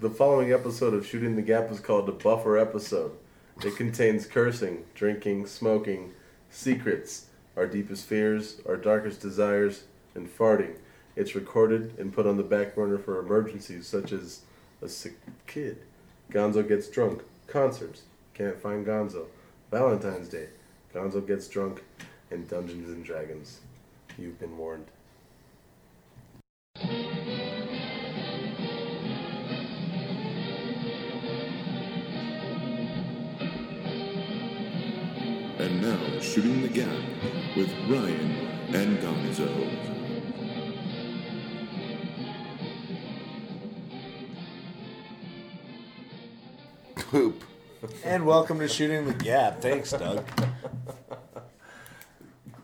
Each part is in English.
The following episode of Shooting the Gap is called the Buffer Episode. It contains cursing, drinking, smoking, secrets, our deepest fears, our darkest desires, and farting. It's recorded and put on the back burner for emergencies such as a sick kid, Gonzo gets drunk, concerts, can't find Gonzo, Valentine's Day, Gonzo gets drunk, and Dungeons and Dragons. You've been warned. And now, Shooting the Gap with Ryan and Gonzo. poop. And welcome to Shooting the Gap. Thanks, Doug.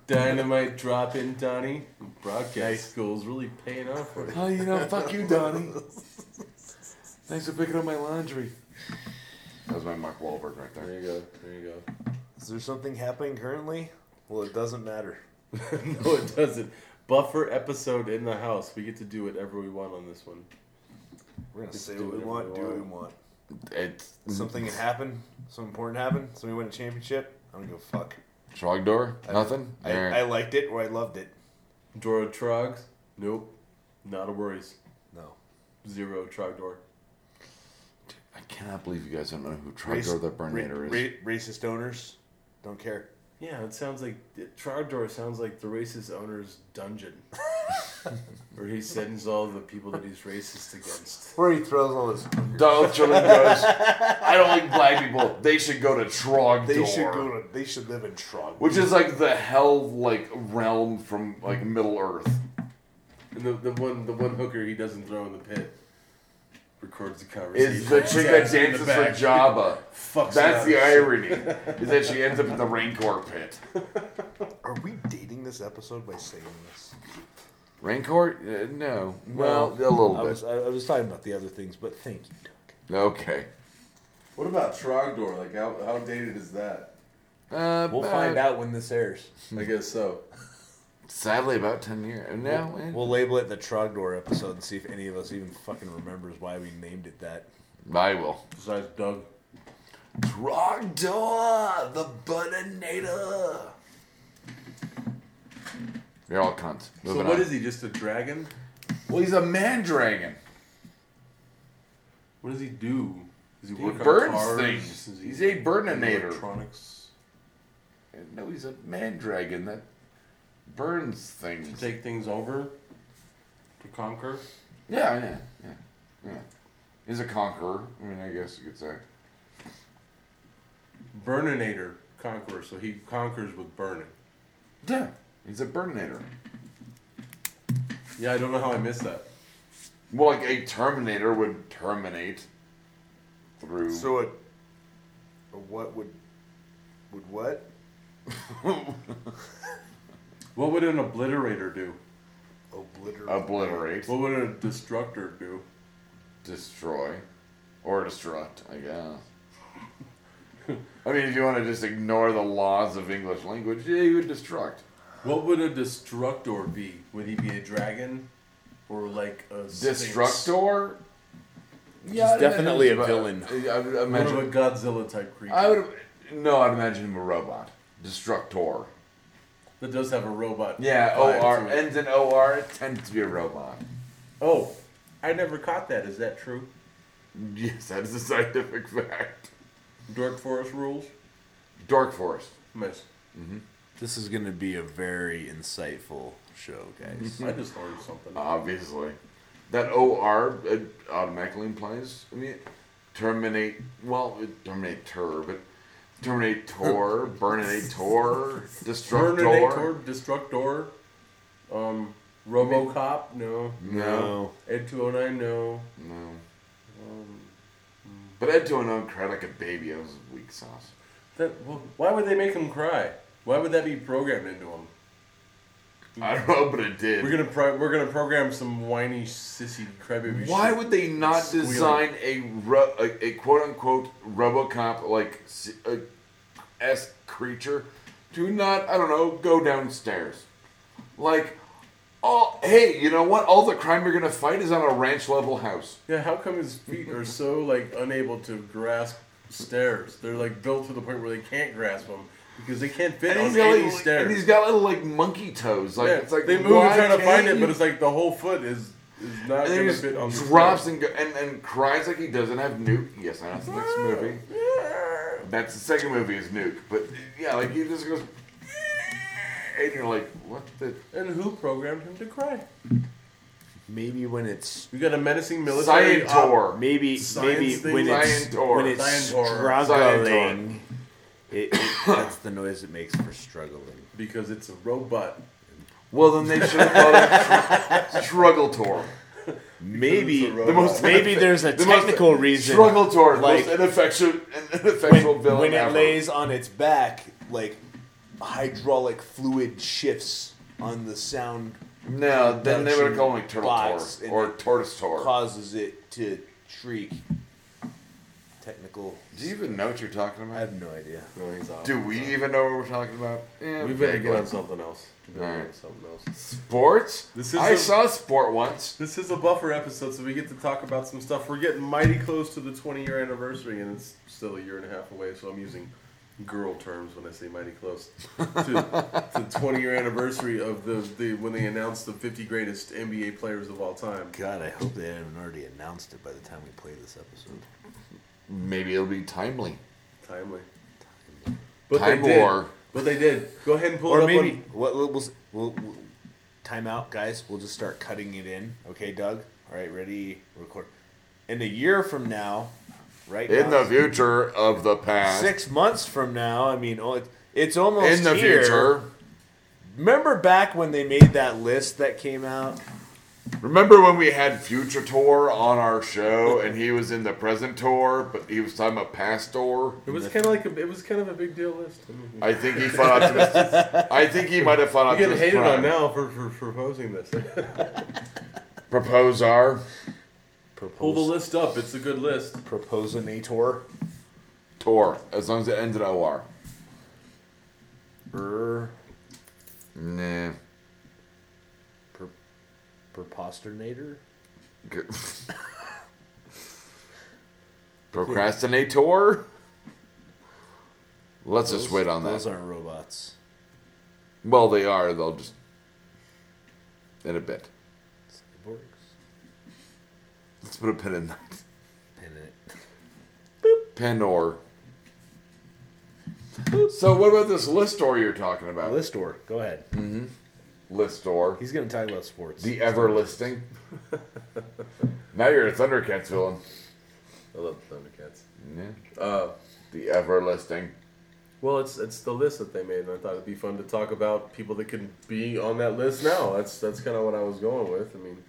Dynamite drop in, Donnie. Broadcast school's really paying off for you. Oh, you know, fuck you, Donnie. Thanks for picking up my laundry. That was my Mark Wahlberg right there. There you go. There you go. Is there something happening currently? Well, it doesn't matter. No, it doesn't. Buffer episode in the house. We get to do whatever we want on this one. We're gonna say do what we whatever want, we do what we want. Something happened. Something important happened. Somebody won a championship. I don't give a fuck. Trog door? Nothing? I, Alright. I liked it or I loved it. Dora Trogs? Nope. Not a worries. No. Zero Trogdor. I cannot believe you guys don't know who Trog Race- door the Burninator is. ra- racist owners don't care. Yeah, it sounds like Trogdor sounds like the racist owner's dungeon, where he sends all the people that he's racist against. Where he throws all his. Donald Trump goes, I don't like black people. They should go to Trog They door. should go to. They should live in Trog. Which is like the hell like realm from like Middle Earth. And the, the one the one hooker he doesn't throw in the pit records the conversation. Is the chick that Says in the dances for back, Jabba. Fucks That's it the up. irony. Is that she ends up in the Rancor pit. Are we dating this episode by saying this? Rancor? Uh, no. Well, a little I bit. was, I, I was talking about the other things, but thank you, Doug. Okay. What about Trogdor? Like how how dated is that? Uh, We'll about- find out when this airs. I guess so. Sadly, about 10 years. No, eh, We'll label it the Trogdor episode and see if any of us even fucking remembers why we named it that. I will. Besides Doug. Trogdor, the Burninator. You're all cunts. So what is he? Just a dragon? Well, he's a man dragon. What does he do? Does He work on burns cars? things. Is He's a burninator. Electronics. No, he's a man dragon that burns To things. take things over. To conquer. Yeah, yeah, yeah, yeah. He's a conqueror. I mean, I guess you could say. Burninator conqueror. So he conquers with burning. Yeah, he's a burninator. Yeah, I don't know how I missed that. Well, like a terminator would terminate through. So it, what would, would what? What would an obliterator do? Obliterate. Um, obliterate, What would a destructor do? destroy, or destruct, I guess. I mean, if you want to just ignore the laws of English language, yeah, you would destruct. What would a destructor be? Would he be a dragon? Or like a sphinx? Destructor? Yeah, I'd definitely imagine- a villain. I would What of a imagine. Godzilla type creature? I would. No, I'd imagine him a robot. Destructor. that does have a robot. Yeah, vibe to OR. it. Ends in OR. It tends to be a robot. Oh, I never caught that. Is that true? Yes, that is a scientific fact. Dark Forest rules? Dark Forest. Miss. This is going to be a very insightful show, Mm-hmm. guys. I just learned something. Uh, Obviously. That OR it automatically implies, I mean, terminate, well, it- terminator, but terminator, burninator, destructor. Terminator, Destructor, um, RoboCop, no. No. Ed 209, no. No. Um, But Ed to an own cried like a baby. I was weak sauce. That, well, why would they make him cry? Why would that be programmed into him? I don't know, but it did. We're gonna pro- we're gonna program some whiny sissy crybaby. Why shit. would they not Squealing. design a, ro- a a quote unquote RoboCop like s- a s creature to not I don't know go downstairs, like all hey, you know what? All the crime you're gonna fight is on a ranch level house. Yeah, how come his feet are so like unable to grasp stairs? They're like built to the point where they can't grasp them because they can't fit And he's, on got any little, stairs. and he's got little like monkey toes. Like yeah, it's like they move and why try to can't find it, you but it's like the whole foot is is not And then going he to just fit on the drops stairs. and, go, and and cries like he doesn't have Nuke. Yes, that's the next movie. That's the second movie is Nuke. But yeah, like he just goes, and you're like, what the? And who programmed him to cry? Maybe when it's You got a menacing military. uh, op- Scientor. maybe Science maybe thing? when it's Scientor. when it's Scientor. struggling. It, it, that's the noise it makes for struggling. Because it's a robot. Well, then they should have called it Struggle Tour. Maybe it's a the most, robot. maybe there's a The most- technical reason. Struggle Tour, like like an ineffectual, an when, ineffectual villain when it ever. lays on its back, Like hydraulic fluid shifts on the sound no, then they would have called it Turtle Bots Tour and or it Tortoise Tour. causes it to shriek. Technical. Do you even know what you're talking I about? have no idea. No, he's off. Do we even know what we're talking about? Eh, We better get vaguely. on something else. We better get on something else. Sports? This is I a- saw sport once. This is a buffer episode, so we get to talk about some stuff. We're getting mighty close to the 20 year anniversary, and it's still a year and a half away, so I'm using girl terms when I say mighty close. to the 20 year anniversary of the, the when they announced the 50 greatest NBA players of all time. God, I hope they haven't already announced it by the time we play this episode. Maybe it'll be timely. Timely. But Time they did. war. But they did. Go ahead and pull it Or up. maybe on- what we'll, we'll, we'll, we'll time out, guys. We'll just start cutting it in. Okay, Doug. All right, ready, record. In a year from now, right? In now, the future of the past. six months from now. I mean, oh, it- it's almost in the here. future. Remember back when they made that list that came out? Remember when we had Future Tour on our show and he was in the present tour, but he was talking about past tour? it was kind of like a, it was kind of a big deal list. I mean, I think he fought out to his, I think he might have fought out you get to his hated prime. on now for, for for proposing this. Propose our Pull the Propose, list up. It's a good list. proposonator. tour, as long as it ends in OR. Er, Nah. per, preposternator. Good. Procrastinator? Let's just wait on Those that. aren't robots. Well, they are. They'll just. In a bit. Borgs. Let's put a pin in that. Pin it. Panor. So, what about this Listor you're talking about? Listor, go ahead. Listor. He's going to talk about sports. The ever listing. now you're a Thundercats villain. I love the Thundercats. Yeah. Uh, the ever listing. Well, it's it's the list that they made, and I thought it'd be fun to talk about people that could be on that list now. That's that's kind of what I was going with. I mean,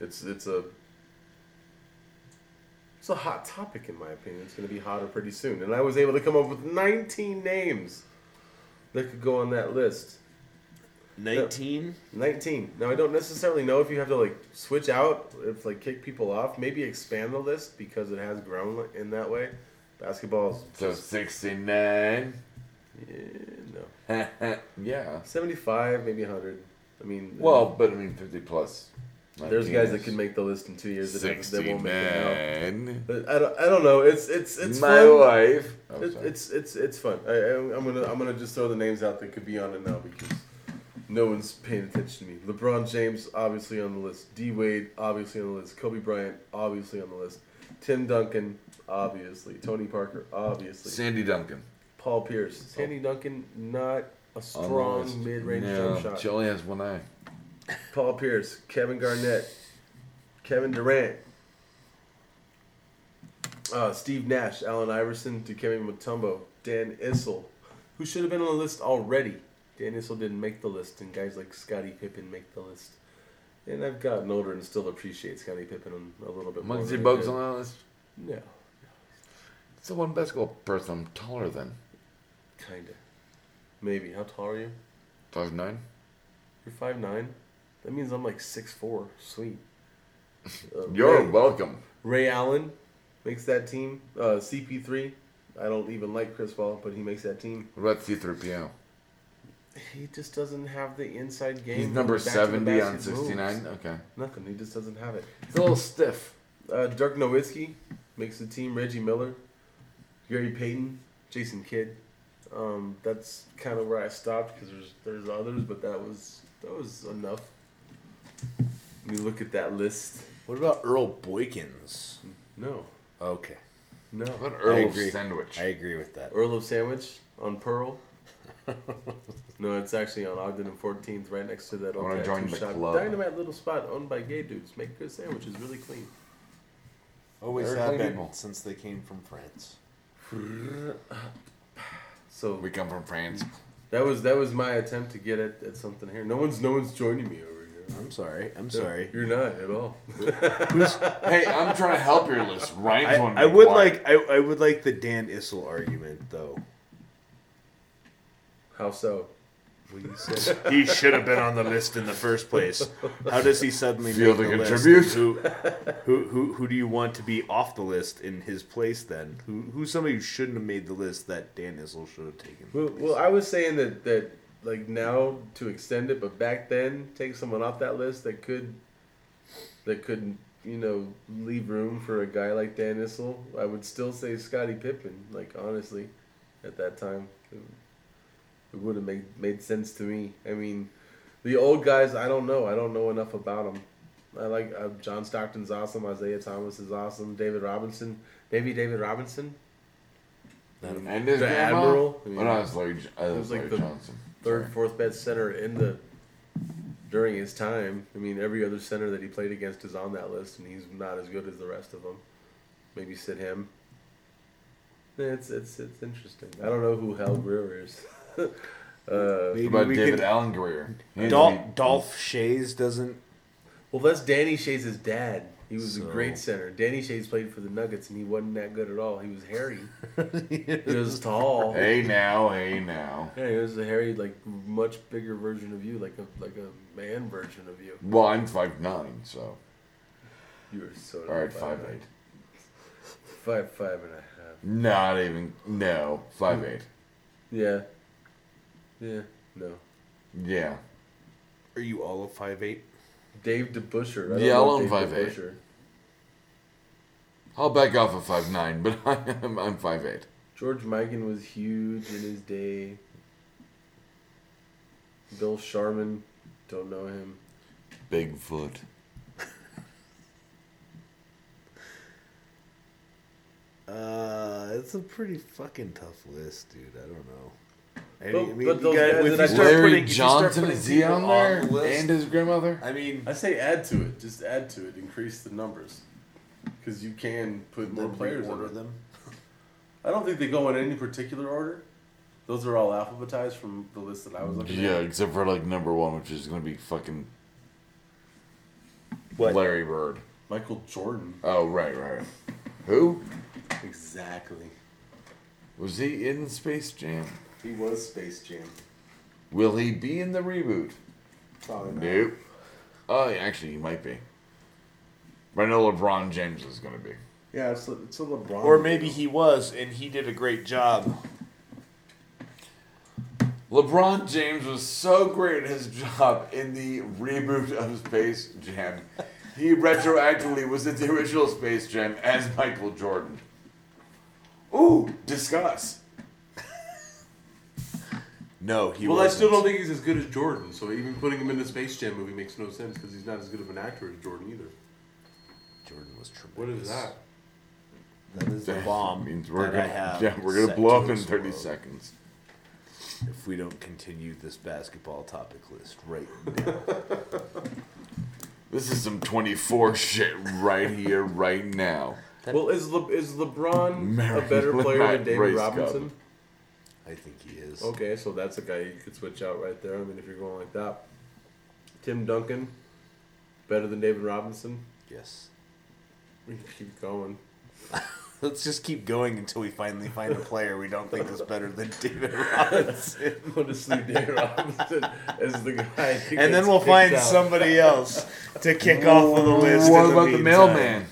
it's it's a it's a hot topic in my opinion. It's going to be hotter pretty soon, and I was able to come up with 19 names that could go on that list. 19? 19. Now I don't necessarily know if you have to like switch out, if like kick people off, maybe expand the list because it has grown in that way. Basketball's So 69. yeah, no yeah. 75, maybe 100. I mean, Well, but I mean, 50 plus. there's guys that can make the list in two years that, have, that won't make it now. 69. But I don't, I don't know. It's it's it's My fun. wife. Oh, It, sorry. it's it's it's fun. I, I, I'm gonna I'm gonna just throw the names out that could be on it now because no one's paying attention to me. LeBron James obviously on the list. D Wade obviously on the list. Kobe Bryant obviously on the list. Tim Duncan obviously. Tony Parker obviously. Sandy Duncan. Paul Pierce. Sandy Duncan not a on the list. strong mid range No, jump shot. She only has one eye. Paul Pierce, Kevin Garnett, Kevin Durant, uh, Steve Nash, Allen Iverson, Dikembe Mutombo, Dan Issel, who should have been on the list already. Dan Issel didn't make the list, and guys like Scottie Pippen make the list. And I've gotten older and still appreciate Scottie Pippen a little bit more. Muncie than I Bugs did. on that list. No, It's the one basketball person I'm taller than. kinda. Maybe. How tall are you? Five nine. You're five nine. That means I'm like six four. Sweet. Uh, You're Ray- welcome. Ray Allen makes that team. Uh, CP3. I don't even like Chris Paul, but he makes that team. What about C3PO? He just doesn't have the inside game. He's number Back to the 70 on basket moves. 69. Okay. Nothing. He just doesn't have it. He's a little stiff. Uh, Dirk Nowitzki makes the team. Reggie Miller, Gary Payton, Jason Kidd. Um, that's kind of where I stopped because there's there's others, but that was that was enough. When you look at that list, What about Earl Boykins? no, Okay, no. What an Earl agree. Sandwich. I agree with that. Earl of Sandwich on Pearl. no, it's actually on Ogden and 14th, right next to that old wanna tattoo join the shop. club. Dynamite little spot owned by gay dudes. Make good sandwiches, really clean. Always They're have clean been people. since they came from France. So We come from France. that was that was my attempt to get at, at something here. No one's no one's joining me over here. I'm sorry. I'm sorry. You're not at all. hey, I'm trying to help your list. Ryan's I, one. I would like I, I would like the Dan Issel argument though. How so? he should have been on the list in the first place. How does he suddenly Fielding make the a list? tribute. Who, who, who, who do you want to be off the list in his place? Then who, who's somebody who shouldn't have made the list that Dan Issel should have taken? Well, well, I was saying that that like now to extend it, but back then take someone off that list that could that could you know leave room for a guy like Dan Issel. I would still say Scottie Pippen. Like honestly, at that time, it, it wouldn't make made sense to me. I mean, the old guys, I don't know. I don't know enough about them. I like uh, John Stockton's awesome. Isaiah Thomas is awesome. David Robinson, maybe David Robinson, And his The grandma? Admiral? But I was like, I It was, was like, like the Johnson. third, Sorry. fourth best center in the during his time. I mean, every other center that he played against is on that list, and he's not as good as the rest of them. Maybe sit him. Yeah, It's it's it's interesting. I don't know who Hal Brewer is. uh, What Maybe about we David could- Allen Greer? He needs to Dol- be- Dolph Shays doesn't. well, that's Danny Shays' dad. He was a So- great center. Danny Shays played for the Nuggets, and he wasn't that good at all. He was hairy. he was tall. Hey now, hey now. Yeah, he was a hairy, like much bigger version of you, like a like a man version of you. Well, I'm five nine, so You were so all right, five eight. Five five and a half. Not even no, Hmm. five eight. Yeah. Yeah. No. Yeah, Are you all of five eight? Dave DeBuscher. I don't Yeah, know I'll own Dave 5'8". DeBuscher. I'll back off at five nine, but I'm I'm five eight. George Mikan was huge in his day. Bill Sharman, don't know him. Bigfoot. Uh, it's a pretty fucking tough list, dude. I don't know. I But- mean, I mean, but you those got- guys if that you I- start Larry putting- if you start Johnson putting is he people on there? the list- and his grandmother. I mean, I say add to it. Just add to it. Increase the numbers. Because you can put more then players reorder on it. them. I don't think they go in any particular order. Those are all alphabetized from the list that I was looking Yeah, at. except for like number one, which is gonna be fucking What? Larry Bird. Michael Jordan. Oh right, right. right. Who Exactly. was he in Space Jam? He was Space Jam. Will he be in the reboot? Probably not. Nope. Oh, yeah, actually, he might be. But I know LeBron James is going to be. Yeah, it's a, it's a LeBron. Or maybe he was, and he did a great job. LeBron James was so great at his job in the reboot of Space Jam. He retroactively was in the original Space Jam as Michael Jordan. Ooh, discuss. No, he Well, I wasn't. still don't think he's as good as Jordan. So even putting him in the Space Jam movie makes no sense because he's not as good of an actor as Jordan either. Jordan was tremendous. What is that? That is the That bomb. means we're that I gonna, have yeah, we're gonna set blow to up in thirty explode seconds. If we don't continue this basketball topic list right now. This is some twenty-four shit right here, right now. Well, is Le- is LeBron Mary a better player Lynn than David Race Robinson? Cup. I think he is. Okay, so that's a guy you could switch out right there. I mean, if you're going like that, Tim Duncan, better than David Robinson. Yes. We can keep going. Let's just keep going until we finally find a player we don't think is better than David Robinson. Honestly, David Robinson is the guy. who and then gets we'll picked find out. somebody else to kick off of the list. What in the about the meantime. mailman?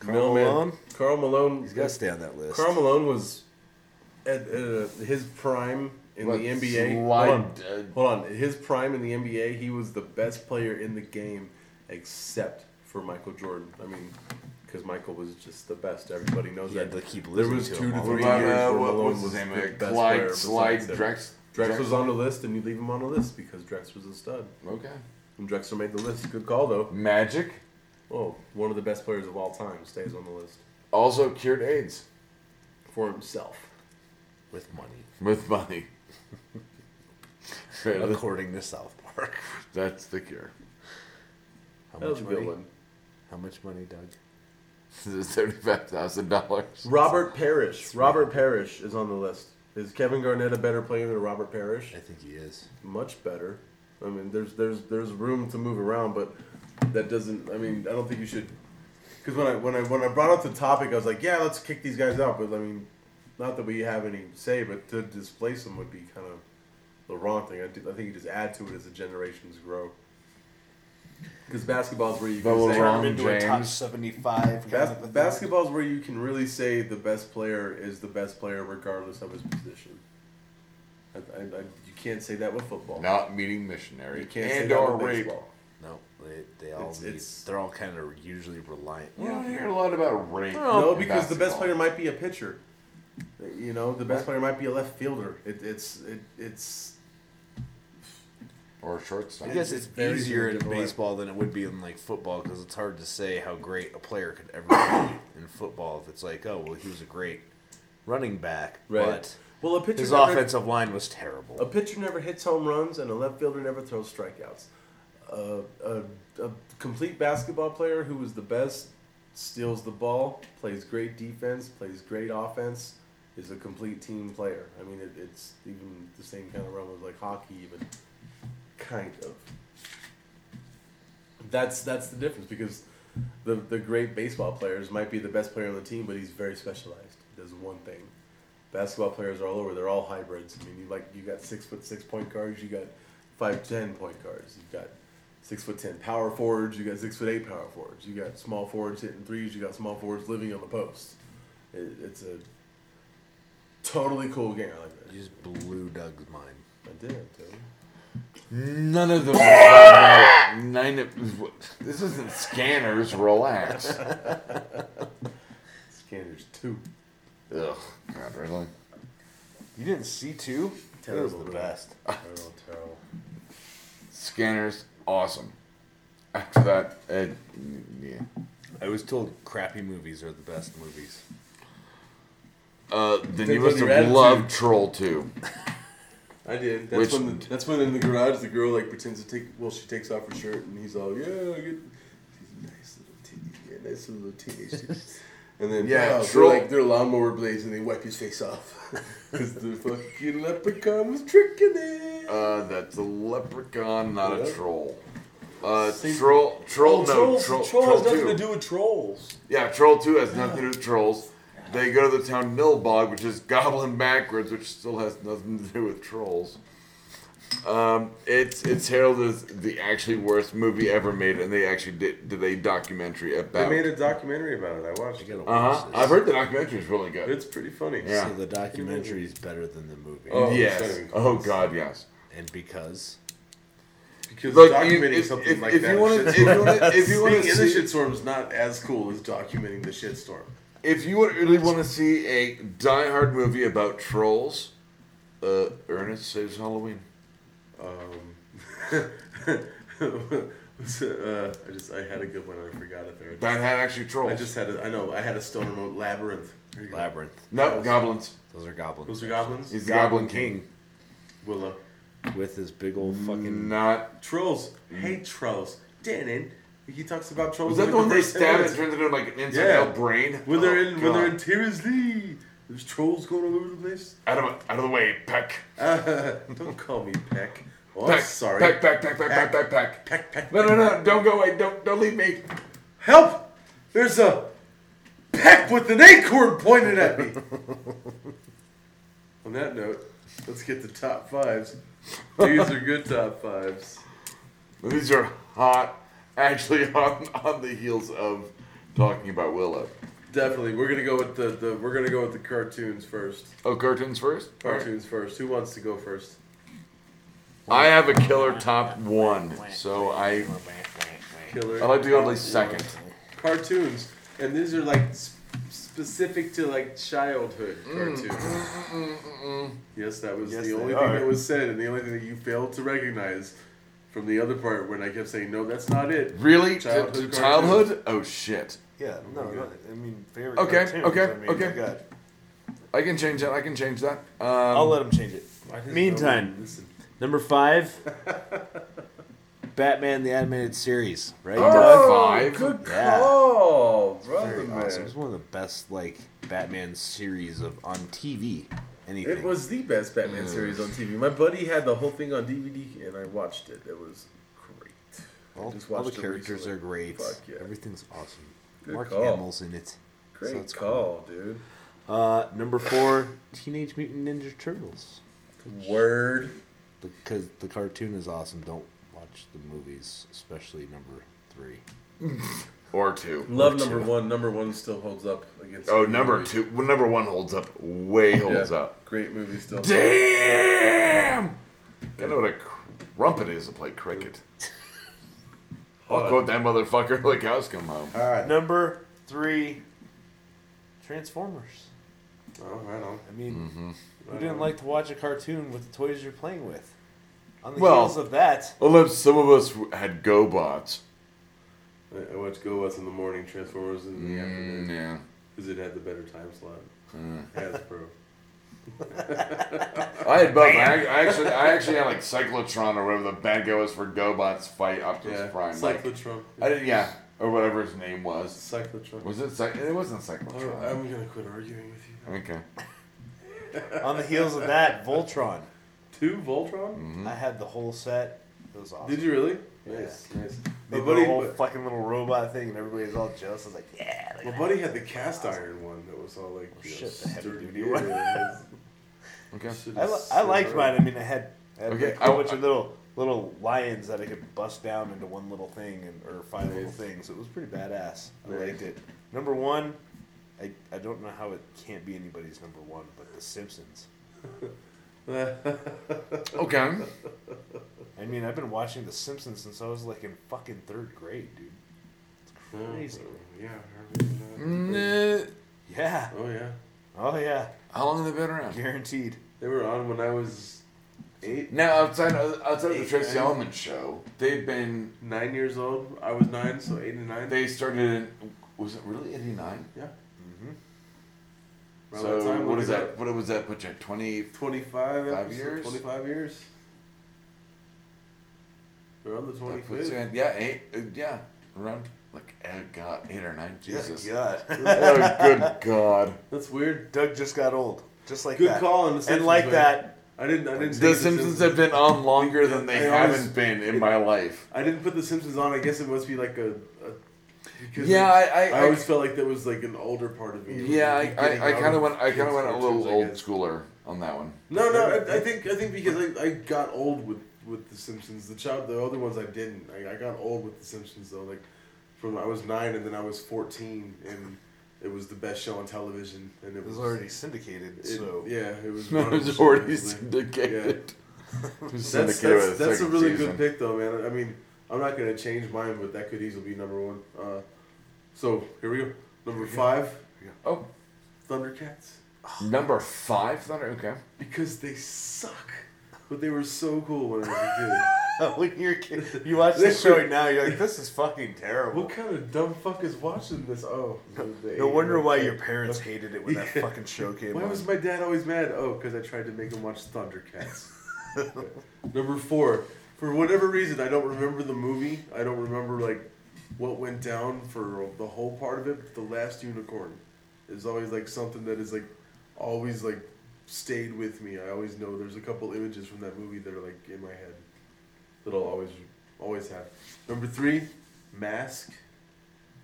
Carl Malone. Malone? Carl Malone. He's got to stay on that list. Carl Malone was at uh, his prime in What, the NBA. slide- hold, on, uh, hold on. His prime in the NBA, he was the best player in the game, except for Michael Jordan. I mean, because Michael was just the best. Everybody knows Yeah, that. they keep there listening was to two him to all three What years about, uh, where what- Malone what's was his the name? Uh, best Clyde- player. Slide besides them. Drex- Drex was Drex- on the list, and you leave him on the list because Drex was a stud. Okay. And Drexler made the list. Good call though. Magic Oh, one of the best players of all time stays on the list also cured AIDS for himself. with money, with money. according to South Park. That's the cure. How That was much a money? good one. How much money, Doug? This is thirty-five thousand dollars. Robert Parrish. Robert Parrish is on the list. Is Kevin Garnett a better player than Robert Parrish? I think he is. Much better. I mean, there's there's there's room to move around, but that doesn't. I mean, I don't think you should. Because when I when I when I brought up the topic, I was like, yeah, let's kick these guys out. But I mean, not that we have any say, but to displace them would be kind of the wrong thing. I, do, I think you just add to it as the generations grow. Because basketball is where you But can we're say, wrong. into a top James. 75 kind of a Bas- thing. basketball is where you can really say the best player is the best player regardless of his position. I, I, I, you can't say that with football. Not meeting missionary you can't say and that or with rape. baseball. No, they, they all It's- need, it's- they're all kind of usually reliant. You don't hear a lot about rape. No, in because the best basketball. player might be a pitcher. You know, the best player might be a left fielder. It, it's it, it's or shortstop. I guess It's it's very easier in difficult. baseball than it would be in like football because it's hard to say how great a player could ever be in football. If it's like, oh well, he was a great running back, but well, a pitcher his never- offensive line was A terrible. pitcher never hits home runs, and a left fielder never throws strikeouts. Uh, a, a complete basketball player who is the best steals the ball, plays great defense, plays great offense, is a complete team player. I mean, it, it's even the same kind of realm as like hockey, even kind of. That's that's the difference because the the great baseball players might be the best player on the team, but he's very specialized. He does one thing. Basketball players are all over. They're all hybrids. I mean, you like you got six foot six point guards. You got five ten point guards. You've got six foot ten power forwards. You got six foot eight power forwards. You got small forwards hitting threes. You got small forwards living on the post. It, it's a totally cool game. I like that. You just blew Doug's mind. I did. I tell you. None of them. was about Nine. Of, what- this isn't scanners. Relax. Scanners two. Ugh. God, really. You didn't see two? That was Terrible, the really. best. Terrible, terrible. Scanners, awesome. After that, it, yeah. I was told crappy movies are the best movies. Uh, then you on must your have attitude. loved Troll 2. I did. That's Which- when the, that's when in the garage the girl like pretends to take well she takes off her shirt and he's all yeah I get she's a nice little titty yeah nice little titty and then Yeah, yeah troll- they're like their lawnmower blades and they wipe his face off because the fucking leprechaun was tricking it. Uh, that's a leprechaun, not a Yeah. troll. Uh, See- oh, troll, troll, no, Trolls- troll, troll troll, has nothing 2. to do with trolls. Yeah, Troll 2 has nothing to do with trolls. They go to the town Nilbog, which is goblin backwards, which still has nothing to do with trolls. Um, it's it's heralded as the actually worst movie ever made, and they actually did, did a documentary They about made it. a documentary about it. I watched You gotta it. watch Uh huh. this. I've heard the documentary is really good. It's pretty funny. Yeah. So the documentary is better than the movie. Oh, yes. sorry. Oh God, yes. And because because Look, you- documenting if- something if- like if that. you wanna- shitstorm- if you wanna- if you wanna being in the see- shitstorm is not as cool as documenting the shitstorm. If you would really want to see a die-hard movie about trolls, uh, Ernest Saves Halloween. Was it, uh, I just I had a good one and I forgot it there. That had actually trolls. I just had a, I know I had a stoner mode labyrinth. There you go. Labyrinth. no goblins. Those are goblins. Those are goblins. uh, He's Goblin King. Willow. with his big old fucking. Not Trolls. Hate trolls. Denon. He talks about trolls. Mm. Was that in the one they first ten stabbed and minutes. turned into like an inside Yeah. out brain? When they're Oh, in when they're in God. Tyr's Lee. There's trolls going all over the place. out of out of the way, peck. Don't call me Peck. Oh, Peck. I'm Oh, sorry. Peck, peck, peck, peck, peck, peck, peck. Peck, peck, No, no, no! Don't go away! Don't don't leave me! Help! There's a peck with an acorn pointed at me. On that note, let's get the top fives. These are good top fives. These are hot, actually on on the heels of talking about Willow. Definitely, we're gonna go with the, the we're gonna go with the cartoons first. Oh, cartoons first? Cartoons first. Who wants to go first? I have a killer top one, so I Killer. I like to go at least second. cartoons, and these are like sp- specific to like childhood cartoons. Yes, that was Yes, the they only thing are. that was said, and the only thing that you failed to recognize from the other part when I kept saying, "No, that's not it." Really? Childhood Childhood? cartoons. childhood? Oh shit! Yeah, no, no, I mean favorite. Okay, cartoons, okay, I mean, okay. God. I can change that. I can change that. Um, I'll let him change it. Meantime, number five, Batman the animated series. Right, Oh, Doug? five. Yeah. call, brother Very awesome. It was one of the best like Batman series of on TV. Anything. It was the best Batman series on TV. My buddy had the whole thing on DVD, and I watched it. It was great. I all, just all the watched it characters recently. are great. Fuck yeah. Everything's awesome. Good Mark call. Hamill's in it. Great it's call, dude. Uh, number four, Teenage Mutant Ninja Turtles. Word. Because the cartoon is awesome. Don't watch the movies, especially number three. Or two. Love number one. Number one still holds up against. Oh, the number movie. two. Well, number one holds up. Way holds Yeah, up. Great movie still. Damn! I know what a crumpet is to play cricket. I'll quote that motherfucker like cows come home. All right. Number three, Transformers. Oh, right on. I mean, Mm-hmm. who didn't like to watch a cartoon with the toys you're playing with? On the Well- heels of that, Although some of us had GoBots. I, I watched Go West in the morning, Transformers in the Mm. afternoon, Yeah. because it had the better time slot. Mm. Hasbro. I had both. I, I actually, I actually had like Cyclotron or whatever the bad guy was for GoBots fight Optimus Yeah. Prime. Like, Cyclotron. I didn't, yeah, or whatever his name was. Cyclotron. Was it? Cy- it wasn't Alright, Cyclotron. I'm gonna quit arguing with you. Okay. on the heels of that, Voltron. Two Voltron. Mm. Mm-hmm. I had the whole set. It was awesome. Did you really? Yeah. Nice, nice. They My did the buddy, whole my, fucking little robot thing, and everybody's all jealous. I was like, yeah. look at my buddy had the cast iron one that was all like you know, Oh, shit, the heavy sturdy. duty one. Yeah, Okay. it was- I, li- shit I is liked so mine. I mean, I had, I had Okay, like I- a bunch I- of little little lions that I could bust down into one little thing and or five little things. It was pretty badass. I Nice. liked it. Number one, I, I don't know how it can't be anybody's number one, but The Simpsons. Okay. I mean, I've been watching The Simpsons since I was like in fucking third grade, dude. hard. Crazy. Yeah. I remember Mm, eh, Yeah. that. Oh yeah. Oh yeah. How long have they been around? Guaranteed. They were on when I was eight, Now, outside outside of the Eight, Tracy nine. Ullman show, they've been nine years old. I was nine, so eight and nine. they started. in, Was it really eighty nine? yeah. Around Mm-hmm. So that time, what look is at that? What was that? Put you at twenty. 25 Five episodes, years? 25 years. They're on the that puts you 25th. at- Yeah, eight. uh, Yeah, around like oh god, eight or nine. Jesus. Yeah. Oh good god. That's weird. Doug just got old. Just like Good that. call on The and Simpsons, like man. that, I didn't. I didn't. The think of Simpsons have been on longer than they They always- haven't been in my life. I didn't put the Simpsons on. I guess it must be like a. a because Yeah, I- I- I- always felt like that was like an older part of me. It was Yeah, I, like getting I, I out kind of went. I kind kids' of went a cartoons, little I old guess. schooler on that one. No, no. I, I think I think because I, I got old with with the Simpsons. The child, the other ones I didn't. I, I got old with the Simpsons though. Like from I was nine and then I was fourteen and it was the best show on television and it it was was already syndicated, it- so yeah it was No, running it's already religiously. syndicated. Yeah. That's that's, that's a really good pick though, man. I mean, I'm not gonna change mine, but that could easily be number one. Uh, so here we go. Number five, Oh, Thundercats. number five Thunder. Okay. Because they suck, but they were so cool when I was a kid. when you're a kid, you watch the show now, you're like, this is fucking terrible. What kind of dumb fuck is watching this? Oh, the- No wonder why your parents hated it when that fucking show came Why on. was my dad always mad? Oh, because I tried to make him watch Thundercats. Number four, for whatever reason, I don't remember the movie. I don't remember like what went down for the whole part of it. But the Last Unicorn is always like something that is like always like stayed with me. I always know there's a couple images from that movie that are like in my head that I'll always always have. Number three, Mask.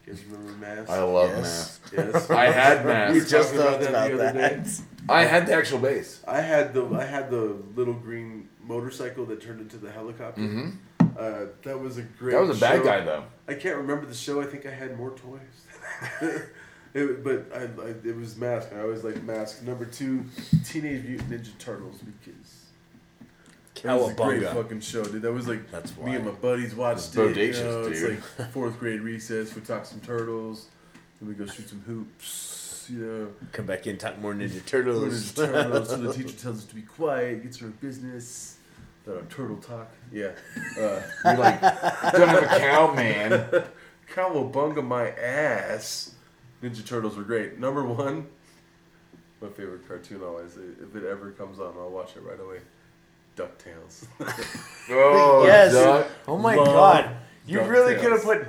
You guys remember Mask? I love Yes. Yes. math. I had We math. just talked about that the other day. I had the actual base. I had the I had the little green motorcycle that turned into the helicopter. Uh, that was a great. That was a bad show. guy though. I can't remember the show. I think I had more toys. It, but I, I, it was Mask. I always like Mask. Number two, Teenage Mutant Ninja Turtles because that was a great Cowabunga. fucking show, dude. That was like That's me and my why. buddies watched It's it. You bodacious, know, it's dude. like fourth grade recess. We talk some turtles, then we go shoot some hoops. You know, Come back in, talk more Ninja We're Turtles. Ninja turtles. so the teacher tells us to be quiet, gets her business. That our turtle talk. Yeah, uh, we like Don't have a cow, man. Cowabunga my ass. Ninja Turtles were great. Number one, my favorite cartoon always. If it ever comes on, I'll watch it right away. DuckTales. Oh, yes. duck. Oh my Love god. You DuckTales. really could have put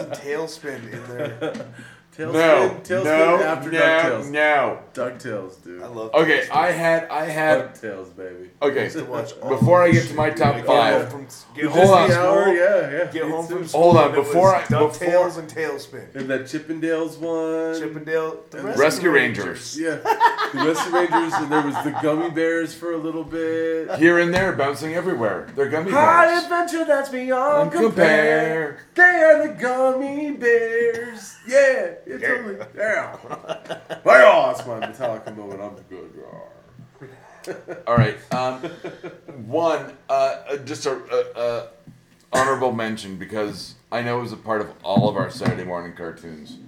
and Tailspin in there. Tailspin, No, Tailspin no, after no, DuckTales. no. DuckTales, dude. I love Okay, Tailspin. I had, I had. DuckTales, baby. Okay, used to watch all before I those get to shit. my top Get five, home from s- The get Hold home on. Disney from Hour, school. yeah, yeah. Get me home too. from school. Hold on, and it was before I- DuckTales before- and Tailspin. And that Chippendales one. Chippendale, the Rescue Rescue Rangers. yeah. The Rescue Rangers, and there was the Gummy Bears for a little bit. Here and there, bouncing everywhere. They're gummy High bears. adventure that's beyond compare. Compare. They are the gummy bears. Yeah, it's only yeah. oh, that's my Metallica moment. I'm good. All right. Um, one, uh, uh, just a, a, a honorable mention because I know it was a part of all of our Saturday morning cartoons.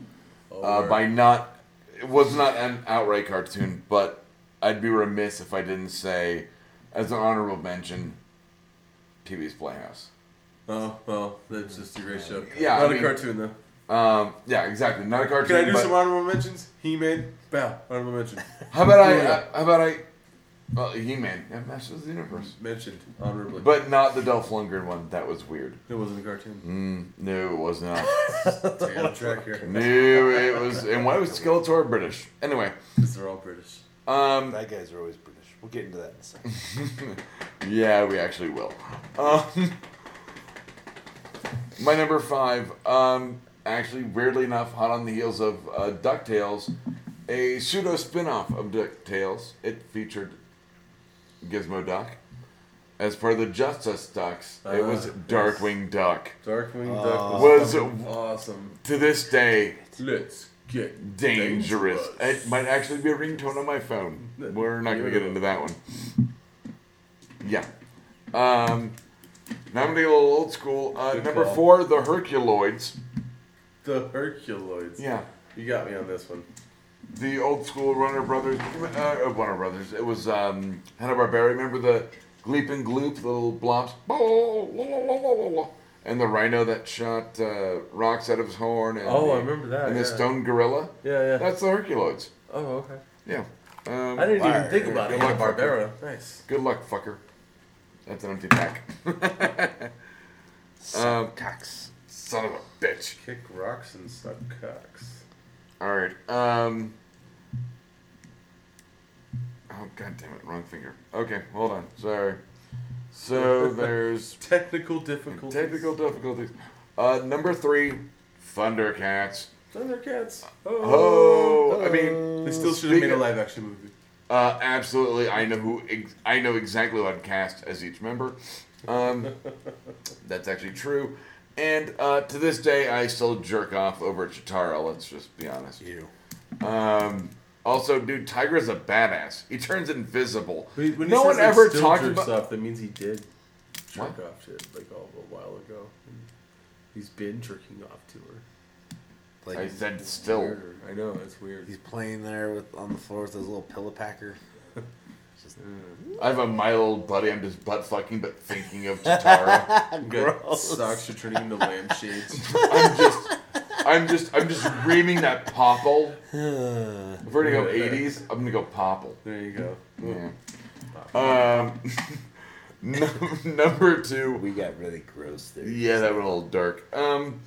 Oh, Uh, by not, it was not an outright cartoon, but I'd be remiss if I didn't say, as an honorable mention, TV's Playhouse. Oh well, that's just a great show. Yeah, not I a mean- cartoon though. Um, yeah, exactly. Not a Can cartoon. I do but some honorable mentions? He Man, bow. Honorable mention. how about I? uh, Yeah. how about I? Well, He-Man and Masters of the Universe, Mentioned honorably, but not the Dolph Lundgren one. That was weird. Mm, it wasn't a cartoon. No, it was not. Damn, track here. No, it was. And why was Skeletor British? Anyway, 'Cause they're all British. um, That guys are always British. We'll get into that in a second. yeah, we actually will. Um, my number five, um, actually, weirdly enough, hot on the heels of uh, Ducktales, a pseudo spin-off of Ducktales. It featured Gizmo Duck. As for the Justice Ducks, it was Ah, Darkwing Duck. Darkwing Duck was Was- fucking awesome. To this day, Let's get dangerous. It might actually be a ringtone on my phone. We're not going to get into that one. Yeah. Um, now I'm going to go a little old school. Uh, Good number call. four, the Herculoids. The Herculoids. Yeah. You got me on this one. The old school Runner Brothers. Uh, Runner Brothers. It was um, Hanna-Barbera. Remember the Gleep and Gloop, the little blobs? And the rhino that shot uh, rocks out of his horn. And Oh, the, I remember that, And yeah. the stone gorilla. Yeah, yeah. That's the Herculoids. Oh, okay. Yeah. Um, I didn't Fire. even think about it. Good luck, fucker. Barbera. Nice. Good luck, fucker. That's an empty pack. um, Cox. son of a bitch. Kick rocks and suck cocks. All right. Um. Oh god damn it! Wrong finger. Okay, hold on. Sorry. So there's Technical difficulties. technical difficulties. Uh, number three, Thundercats. Thundercats. Oh. Oh, I mean, They still should have made Speaking- a live action movie. Uh, absolutely, I know who. Ex- I know exactly what I'd cast as each member. Um, that's actually true, and uh, to this day, I still jerk off over Chitara. Let's just be honest. You. Um, also, dude, Tiger's a badass. He turns invisible. When, when he no says one they ever still talked jerks about. off, that means he did jerk What? off shit like all, a while ago. He's been jerking off to her. Like I said still. Weird. I know it's weird. he's playing there with on the floor with his little pillow packer. Just, I have a my little buddy. I'm just butt fucking, but thinking of Chitara. Good. Socks are turning into lampshades. I'm just. I'm just. I'm just reaming that popple. If we're gonna go Yeah. 80s, I'm gonna go popple. There you go. Yeah. Um, num- number two. we got really gross there. Yeah, that went a little dark. Um,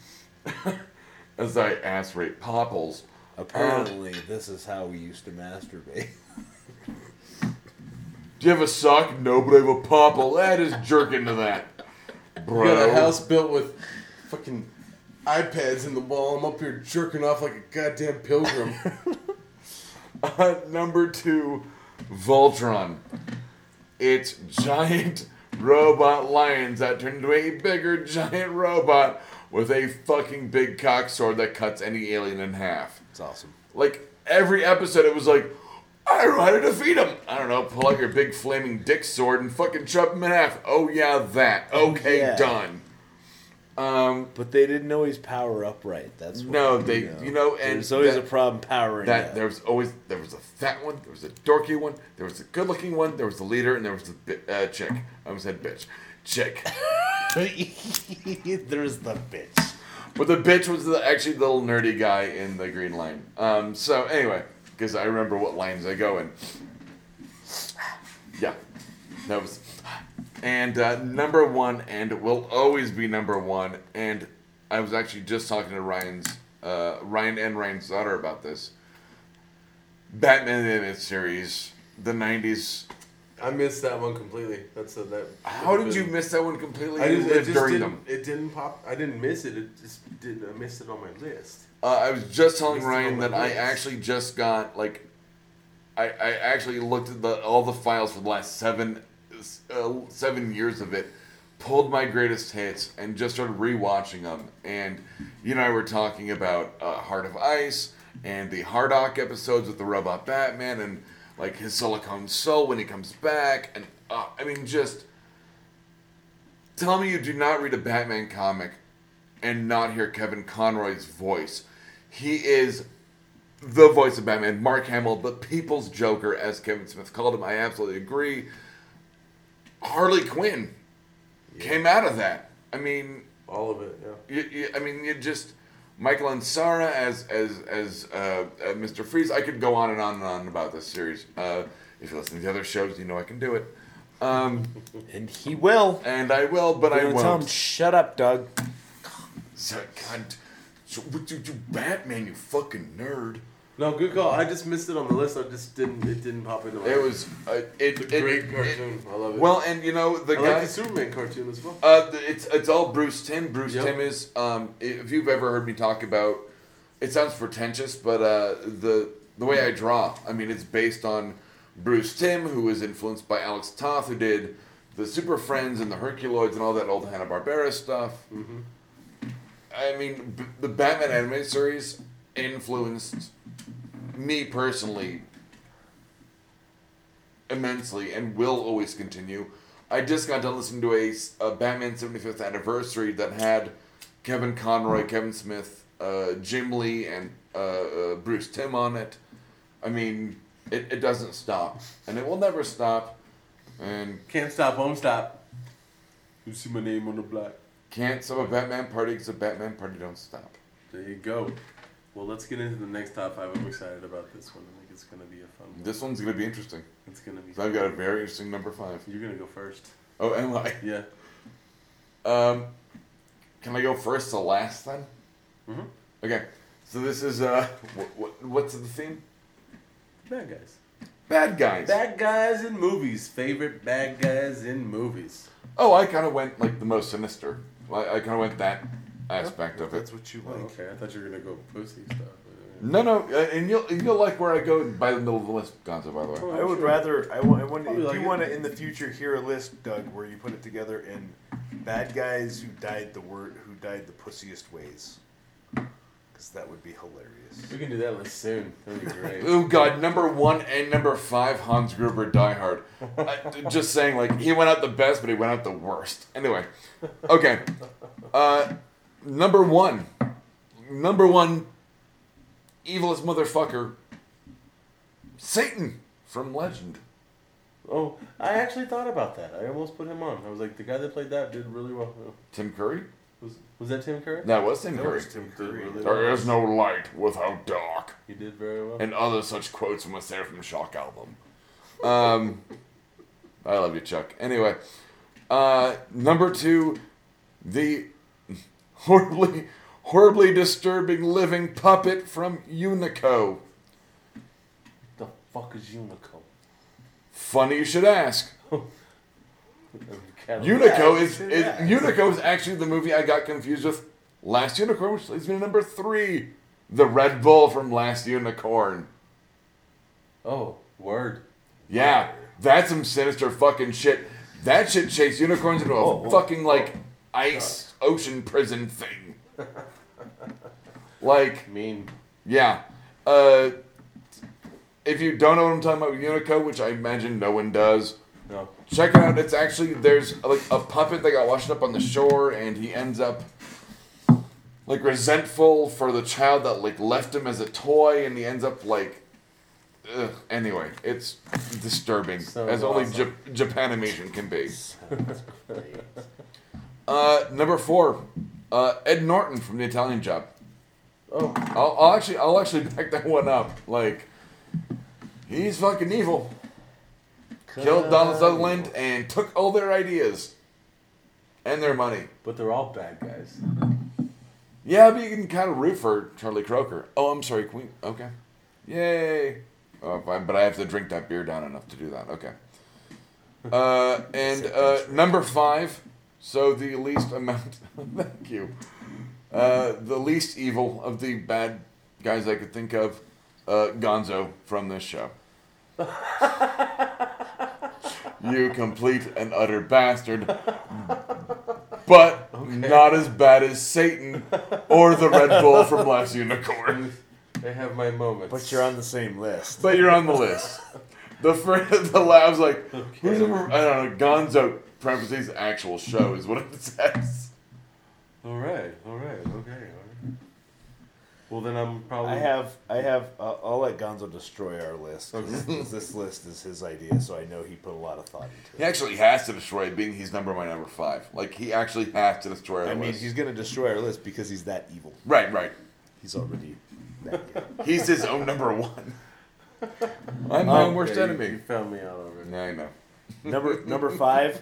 as I ass rate popples. Apparently, this is how we used to masturbate. Do you have a sock? No, but I have a popple. That is jerking to that, bro. Got a house built with fucking iPads in the wall. I'm up here jerking off like a goddamn pilgrim. Uh, number two, Voltron. It's giant robot lions that turn into a bigger giant robot with a fucking big cock sword that cuts any alien in half. It's awesome. Like every episode, it was like, I don't know how to defeat him. I don't know. Pull out your big flaming dick sword and fucking chop him in half. Oh yeah, that. Okay, Yeah. done. Um, But they didn't always power up right. That's what, No, they- you know, and there's always that- a problem powering that up. there was always there was a fat one, there was a dorky one, there was a good-looking one, there was the leader, and there was the bi- uh, chick. I almost said bitch, chick. there's the bitch. But the bitch was the, actually the little nerdy guy in the green line. Um, so anyway, because I remember what lines I go in. Yeah, that was. And uh, number one, and will always be number one. And I was actually just talking to Ryan's, uh, Ryan and Ryan's daughter about this. Batman animated series, the '90s. I missed that one completely. That's a, that. How did you miss that one completely? I You just, it lived just during didn't. them. It didn't pop. I didn't miss it. It just did. I missed it on my list. Uh, I was just telling Missed it Ryan on that my I list. actually just got like, I, I actually looked at the all the files for the last seven uh, seven years of it, pulled my greatest hits and just started rewatching them. And you and I were talking about uh, Heart of Ice and the Hardock episodes with the robot Batman and like his silicone soul when he comes back and uh, I mean just. Tell me you do not read a Batman comic and not hear Kevin Conroy's voice. He is the voice of Batman, Mark Hamill, the people's Joker, as Kevin Smith called him. I absolutely agree. Harley Quinn came out of that. I mean, All of it. Yeah. you, you, I mean, you just Michael Ansara as as as uh, uh, Mr. Freeze. I could go on and on and on about this series. Uh, if you listen to the other shows, you know I can do it, Um, And he will. and I will, but I You're gonna won't. tell him, shut up, Doug. So, God, so what you do, Batman? You fucking nerd. No, good call. I just missed it on the list. I just didn't. It didn't pop into my. It was uh, it, It's a it- great it- cartoon. I love it. Well, and you know the I guy. like the Superman cartoon as well. uh, the- it's it's all Bruce Tim. Bruce Yep. Tim is um, if you've ever heard me talk about, it sounds pretentious, but uh, the the way I draw, I mean, it's based on Bruce Tim, who was influenced by Alex Toth, who did the Super Friends and the Herculoids and all that old Hanna Barbera stuff. I mean, b- the Batman animated series influenced me personally immensely and will always continue. I just got done listening to a, s- a Batman 75th anniversary that had Kevin Conroy, Kevin Smith, uh, Jim Lee, and uh, uh, Bruce Tim on it. I mean, it, it doesn't stop, and it will never stop, and Can't stop, won't stop. You see my name on the black. can't stop a Batman party because a Batman party don't stop. There you go. Well, let's get into the next top five. I'm excited about this one. I think it's gonna be a fun. One. This one's gonna be interesting. It's gonna be. 'cause I've got a very interesting number five. You're gonna go first. Oh, am I? Yeah. Um, can I go first to last then? Mm-hmm. Mhm. Okay. So this is uh, wh- wh- what's the theme? Bad guys. Bad guys. Bad guys in movies. Favorite bad guys in movies. oh, I kind of went like the most sinister. I, I kind of went that aspect of it. That's what you Oh, like. okay. I thought you were gonna go pussy stuff. No, no, uh, and you'll you'll like where I go by the middle of the list, Gonzo. By the uh, way. I would rather. I want. I want. Oh, Probably If like you it. want to in the future hear a list, Doug, where you put it together in bad guys who died the word who died the pussiest ways, because that would be hilarious. We can do that list soon. That'd be great. Oh God! Number one and number five, Hans Gruber, Die Hard. I, just saying, like he went out the best, but he went out the worst. Anyway, okay. Uh, number one, number one, evilest motherfucker, Satan from Legend. oh, I actually thought about that. I almost put him on. I was like, the guy that played that did really well. Tim Curry. Was, was that Tim Curry? That was Tim That Curry. was Tim Curry. Really there well. is no light without dark, He did very well. and other such quotes from a Seraphim Shock album. Um, I love you, Chuck. Anyway, uh, number two, the horribly, horribly disturbing living puppet from Unico. the fuck is Unico? Funny you should ask. Unico. Unico is, is Unico is actually the movie I got confused with Last Unicorn, which leads me to number three, the Red Bull from Last Unicorn. Oh, word. Yeah, that's some sinister fucking shit. That shit chased unicorns into a fucking like ice ocean prison thing. like, Mean. yeah. Uh, if you don't know what I'm talking about, Unico, which I imagine no one does, No. check it out. It's actually there's like a puppet that got washed up on the shore, and he ends up like resentful for the child that like left him as a toy, and he ends up like. Ugh. Anyway, it's disturbing, Sounds as only awesome. Jap- Japanimation can be. Uh, number four, uh, Ed Norton from The Italian Job. Oh, I'll, I'll actually I'll actually back that one up. Like he's fucking evil. Killed Donald Sutherland and took all their ideas and their money. but they're all bad guys. Yeah, but you can kind of root for Charlie Croker. Oh, I'm sorry, Queen. Okay, yay. Oh, fine, but I have to drink that beer down enough to do that. Okay. Uh, and uh, number five, so the least amount. thank you. Uh, the least evil of the bad guys I could think of, uh, Gonzo from this show. you complete and utter bastard but not as bad as Satan or the Red Bull from Last Unicorn. I have my moments. But you're on the same list. But you're on the list. The first, the lab's like, who's the, I don't know, Gonzo, parentheses, actual show is what it says. All right, all right, okay, all right. Well, then I'm probably. I have, I have. Uh, I'll let Gonzo destroy our list. 'cause this- this list is his idea, so I know he put a lot of thought into He it. actually has to destroy it, being he's number my number five. Like, he actually has to destroy our I mean, list. he's gonna destroy our list because he's that evil. right, right. He's already that guy. He's his own number one. I'm my own worst Okay, you- You enemy. found me out already. Yeah, I know. number number five,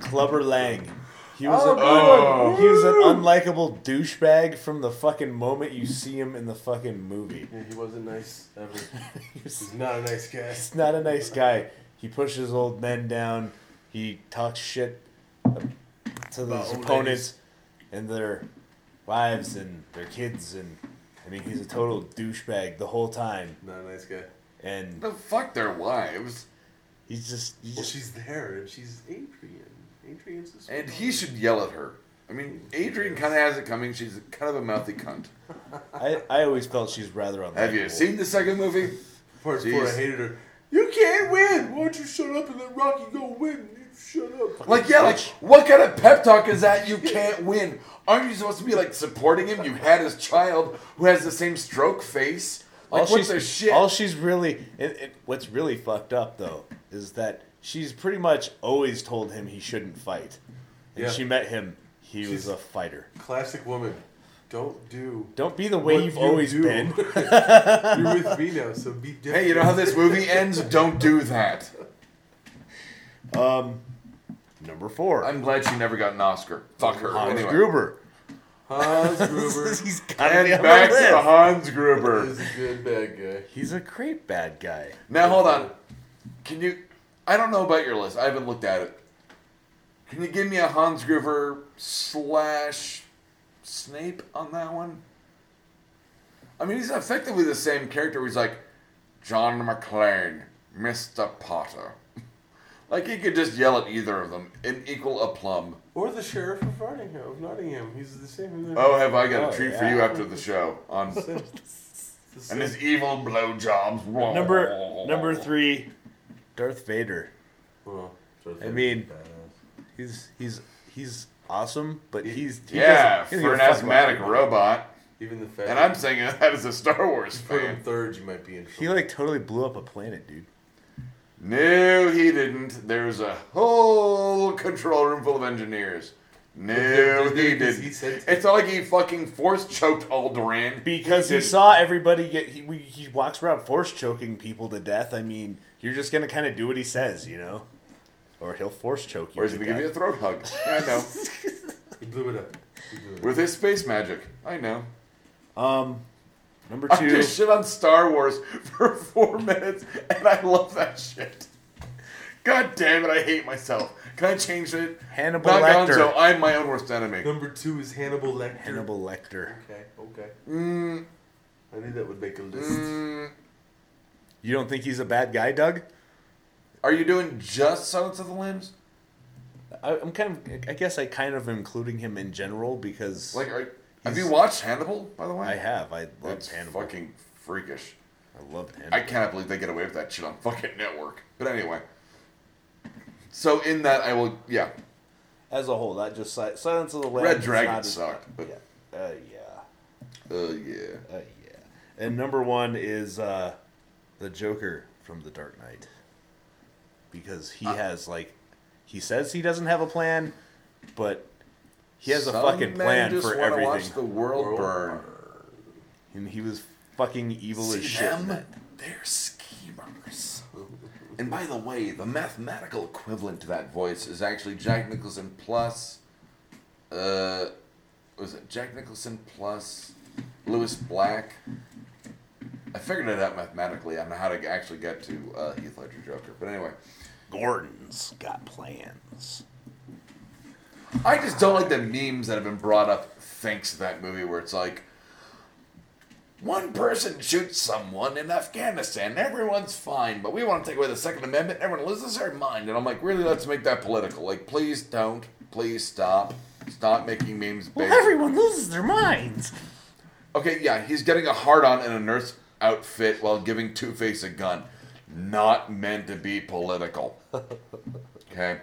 Clubber Lang. He was a, Oh. he was an unlikable douchebag from the fucking moment you see him in the fucking movie. Yeah, he wasn't nice ever. He's not a nice guy. He's not a nice guy. He pushes old men down. He talks shit to About his old opponents and their wives and their kids. And I mean, he's a total douchebag the whole time. Not a nice guy. And The fuck their wives. he's just, he's Well, just she's there, and she's Adrian. Adrian's this. And he should yell at her. I mean, Adrian kind of has it coming. She's kind of a mouthy cunt. I, I always felt she's rather unlikable. Have you seen the second movie? Part four, I Jeez. hated her. You can't win. Why don't you shut up and let Rocky go win? You shut up. Like, yeah, like, what kind of pep talk is that? You can't win. Aren't you supposed to be, like, supporting him? You had his child who has the same stroke face. Like, all what she's, the shit? All she's really, and, and what's really fucked up though is that she's pretty much always told him he shouldn't fight. And Yeah. she met him, he was She's- a fighter. Classic woman. Don't do. Don't be the way what you've you always do. been. You're with me now, so be different. hey, you know how this movie ends? Don't do that. Number four, I'm glad she never got an Oscar. Fuck her. Hans anyway. Gruber. Hans Gruber He's gotta And be on the back to list. the Hans Gruber. is a good bad guy. He's a great bad guy. Now, hold on. Can you. I don't know about your list. I haven't looked at it. Can you give me a Hans Gruber slash Snape on that one? I mean, he's effectively the same character. Where he's like John McClane, Mister Potter. Like he could just yell at either of them in equal aplomb. Or the sheriff of Nottingham. Of Nottingham. He's the same. Oh, have I got Oh, a treat for yeah. you after the show on The same. and his evil blowjobs. Number number three, Darth Vader. Well, Darth I Vader's mean- badass. He's he's he's awesome, but he's he Yeah, doesn't- he doesn't for an give a fuck about asthmatic anybody. robot. even the fact. And that I'm saying that as a Star Wars you put him fan. third, you might be in. He trouble. like totally blew up a planet, dude. No, he didn't. There's a whole control room full of engineers. No, Did- did- he did- did he didn't. said- It's not like he fucking force choked Alderaan. Because he didn't. saw everybody get he, we, he walks around force choking people to death. I mean, you're just gonna kind of do what he says, you know, or he'll force choke you. Or is to he gonna give you a death. throat hug? I know. He blew it up. He blew it up. With his space magic. I know. um, number I two, just shit on Star Wars for four minutes, and I love that shit. God damn it, I hate myself. Can I change it? Hannibal Not Lecter. Gonzo, I'm my own worst enemy. Number two is Hannibal Lecter. Hannibal Lecter. Okay. Okay. Mm, I knew that would make a list. mm. You don't think he's a bad guy, Doug? Are you doing just Silence of the Lambs? I, I'm kind of, I guess I kind of am including him in general because Like, are, Have you watched Hannibal, by the way? I have. I love That's Hannibal. fucking freakish. I love Hannibal. I cannot believe they get away with that shit on fucking network. But anyway. So in that, I will. Yeah, As a whole, that just si- Silence of the Lambs. Red is Dragon not as- sucked, but- yeah. Uh, yeah. uh, yeah. Uh, yeah. And number one is uh, the Joker from The Dark Knight, because he Uh, has like, he says he doesn't have a plan, but he has a Some fucking men plan just for wanna everything. Watch the world, burn. and he was fucking evil as See shit. in them? that. They're schemers. And by the way, the mathematical equivalent to that voice is actually Hmm. Jack Nicholson plus, uh, was it Jack Nicholson plus Lewis Black? I figured it out mathematically on how to actually get to uh, Heath Ledger Joker. But anyway, Gordon's got plans. I just don't like the memes that have been brought up thanks to that movie where it's like one person shoots someone in Afghanistan, everyone's fine, but we want to take away the Second Amendment, everyone loses their mind. And I'm like, really, let's make that political. Like, please don't. Please stop. Stop making memes based. loses their minds. okay, yeah, he's getting a hard on in a nurse outfit while giving Two Face a gun. Not meant to be political. Okay.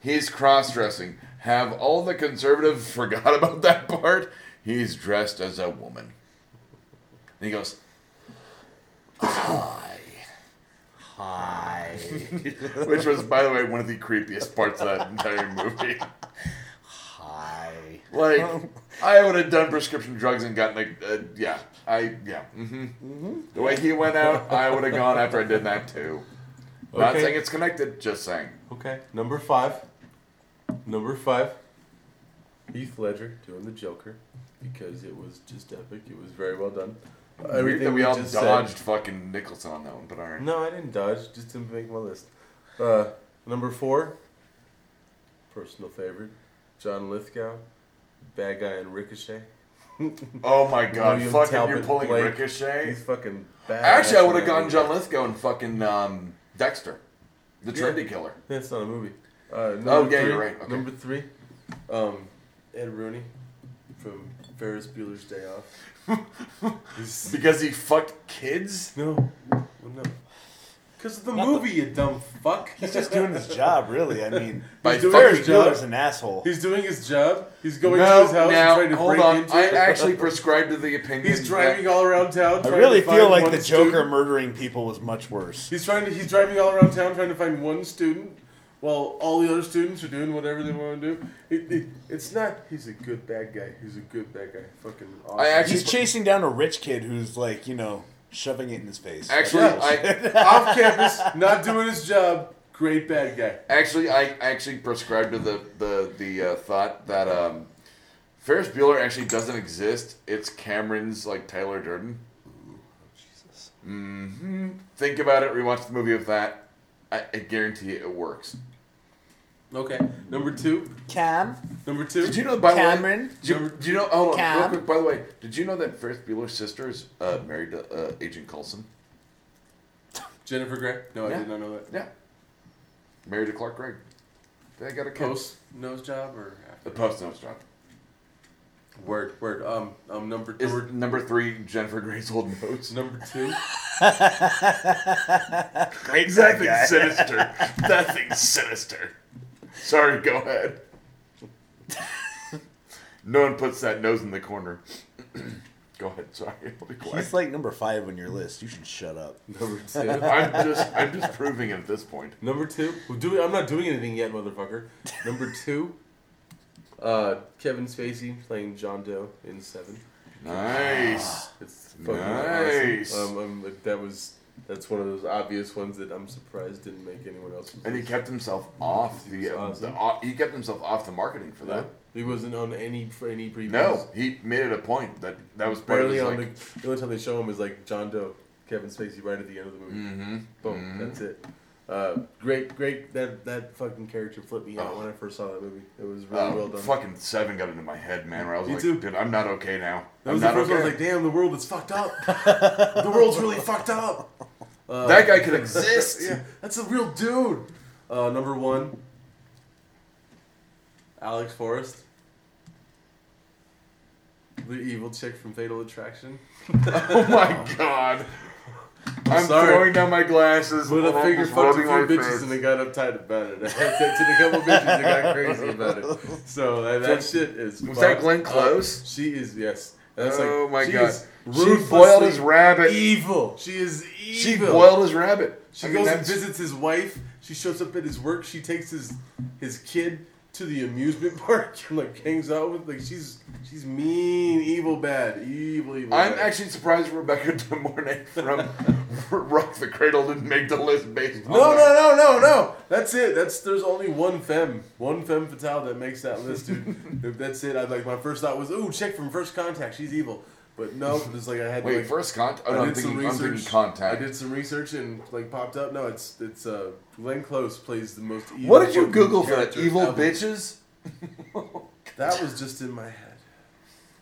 He's cross dressing. Have all the conservatives forgot about that part? He's dressed as a woman. And he goes, Hi. Hi. Which was, by the way, one of the creepiest parts of that entire movie. Hi. Like, I would have done prescription drugs and gotten, like, uh, yeah. I, yeah. Mm-hmm. The way he went out, I would have gone after I did that too. Not Okay. saying it's connected, just saying. Okay. Number five. Number five. Heath Ledger doing the Joker because it was just epic. It was very well done. Weird that we, we all just dodged said- fucking Nicholson on that one, but alright. No, I didn't dodge. Just didn't make my list. Uh, number four. Personal favorite. John Lithgow, bad guy in Ricochet. Oh my god, William fucking you're Talbot pulling Blake. Ricochet? He's fucking bad. Actually, I would have gone John Lithgow and fucking um, Dexter, the Yeah. trendy killer. That's not a movie. Uh, number Oh, yeah, three, you're right. Okay. Number three, um, Ed Rooney from Ferris Bueller's Day Off. He's- Because he fucked kids? no, well, no, because of the movie, you dumb fuck. He's just doing his job, really. I mean, By doing fucking- his job. Bueller's an asshole. He's doing his job. He's going to No, his house now, and trying to hold break on. into I it. actually prescribe to the opinion. He's driving that- all around town. I trying really to find feel like one the Joker student. murdering people was much worse. He's trying to. He's driving all around town trying to find one student, while all the other students are doing whatever they want to do. It, it, it's not. He's a good bad guy. He's a good bad guy. Fucking. Awesome. I actually. He's chasing down a rich kid who's like, you know, shoving it in his face. Actually, I off campus, not doing his job. Great bad guy. actually I actually prescribe to the the the uh, thought that um, Ferris Bueller actually doesn't exist. It's Cameron's like Tyler Durden. Mm-hmm. Think about it. Rewatch the movie of that. I, I guarantee it works. Okay. Number two. Cam, Number two. Did you know? By the Cameron? way, did you, do you know? Hold on, real Cam? quick. By the way, did you know that Ferris Bueller's sister is uh, married to uh, Agent Coulson? Jennifer Grey? No, I Yeah. did not know that. Yeah, married to Clark Gregg. They got a kid. Post nose job or after? The post no John. Word, word. Um, um. Number Is number, number three Jennifer Grey's old notes? number two. great That thing's sinister. that thing's sinister. Sorry, go ahead. no one puts that nose in the corner. go ahead. Sorry, I'll be quiet. He's like number five on your list. You should shut up. Number two. I'm just, I'm just proving it at this point. Number two. Well, do I'm not doing anything yet, motherfucker. Number two. Uh, Kevin Spacey playing John Doe in Seven. Nice. It's fucking Nice. awesome. Um, um, that was that's one of those obvious ones that I'm surprised didn't make anyone else. And he kept himself off the, uh, the off, he kept himself off the marketing for Yeah. that. He wasn't on any for any previous. No, he made it a point that that was part barely of on his, like, the. The only time they show him is like John Doe, Kevin Spacey, right at the end of the movie. Mm-hmm. Boom, that's it. Uh, great, great. That that fucking character flipped me out Oh. when I first saw that movie. It was really uh, well done. fucking seven got into my head, man. Where I was Me like, too. dude, I'm not okay now. That I'm was the not first okay. one. I was like, damn, the world is fucked up. the world's really fucked up. that guy could exist. yeah, that's a real dude. Uh, number one, Alex Forrest. The evil chick from Fatal Attraction. Oh my god. I'm sorry. throwing down my glasses. But I I'm figure almost fucked a rubbing few my bitches face. and they got uptight about it. I texted a couple bitches that got crazy about it. So that, that shit is. Was that fucked Glenn up. Close? She is yes. That's like Oh my she God. is Ruth boiled his ruthlessly rabbit. Evil. She is evil. She boiled his rabbit. She I mean, goes and that's- visits his wife. She shows up at his work. She takes his his kid to the amusement park and like hangs out with like she's she's mean, evil, bad, evil, evil. I'm bad. actually surprised Rebecca De Mornay from Rock the Cradle didn't make the list based on No, that. no, no, no, no. That's it. That's there's only one femme, one femme fatale that makes that list, dude. if that's it, I'd like my first thought was, ooh, chick from First Contact, she's evil. But no, it's like I had to, Wait, like, first contact? Oh, I no, I'm did some thinking, I'm thinking research. I contact. did some research and like popped up. No, it's it's uh Glenn Close plays the most evil. What did you fucking Google for that? character Evil ever. bitches? That was just in my head.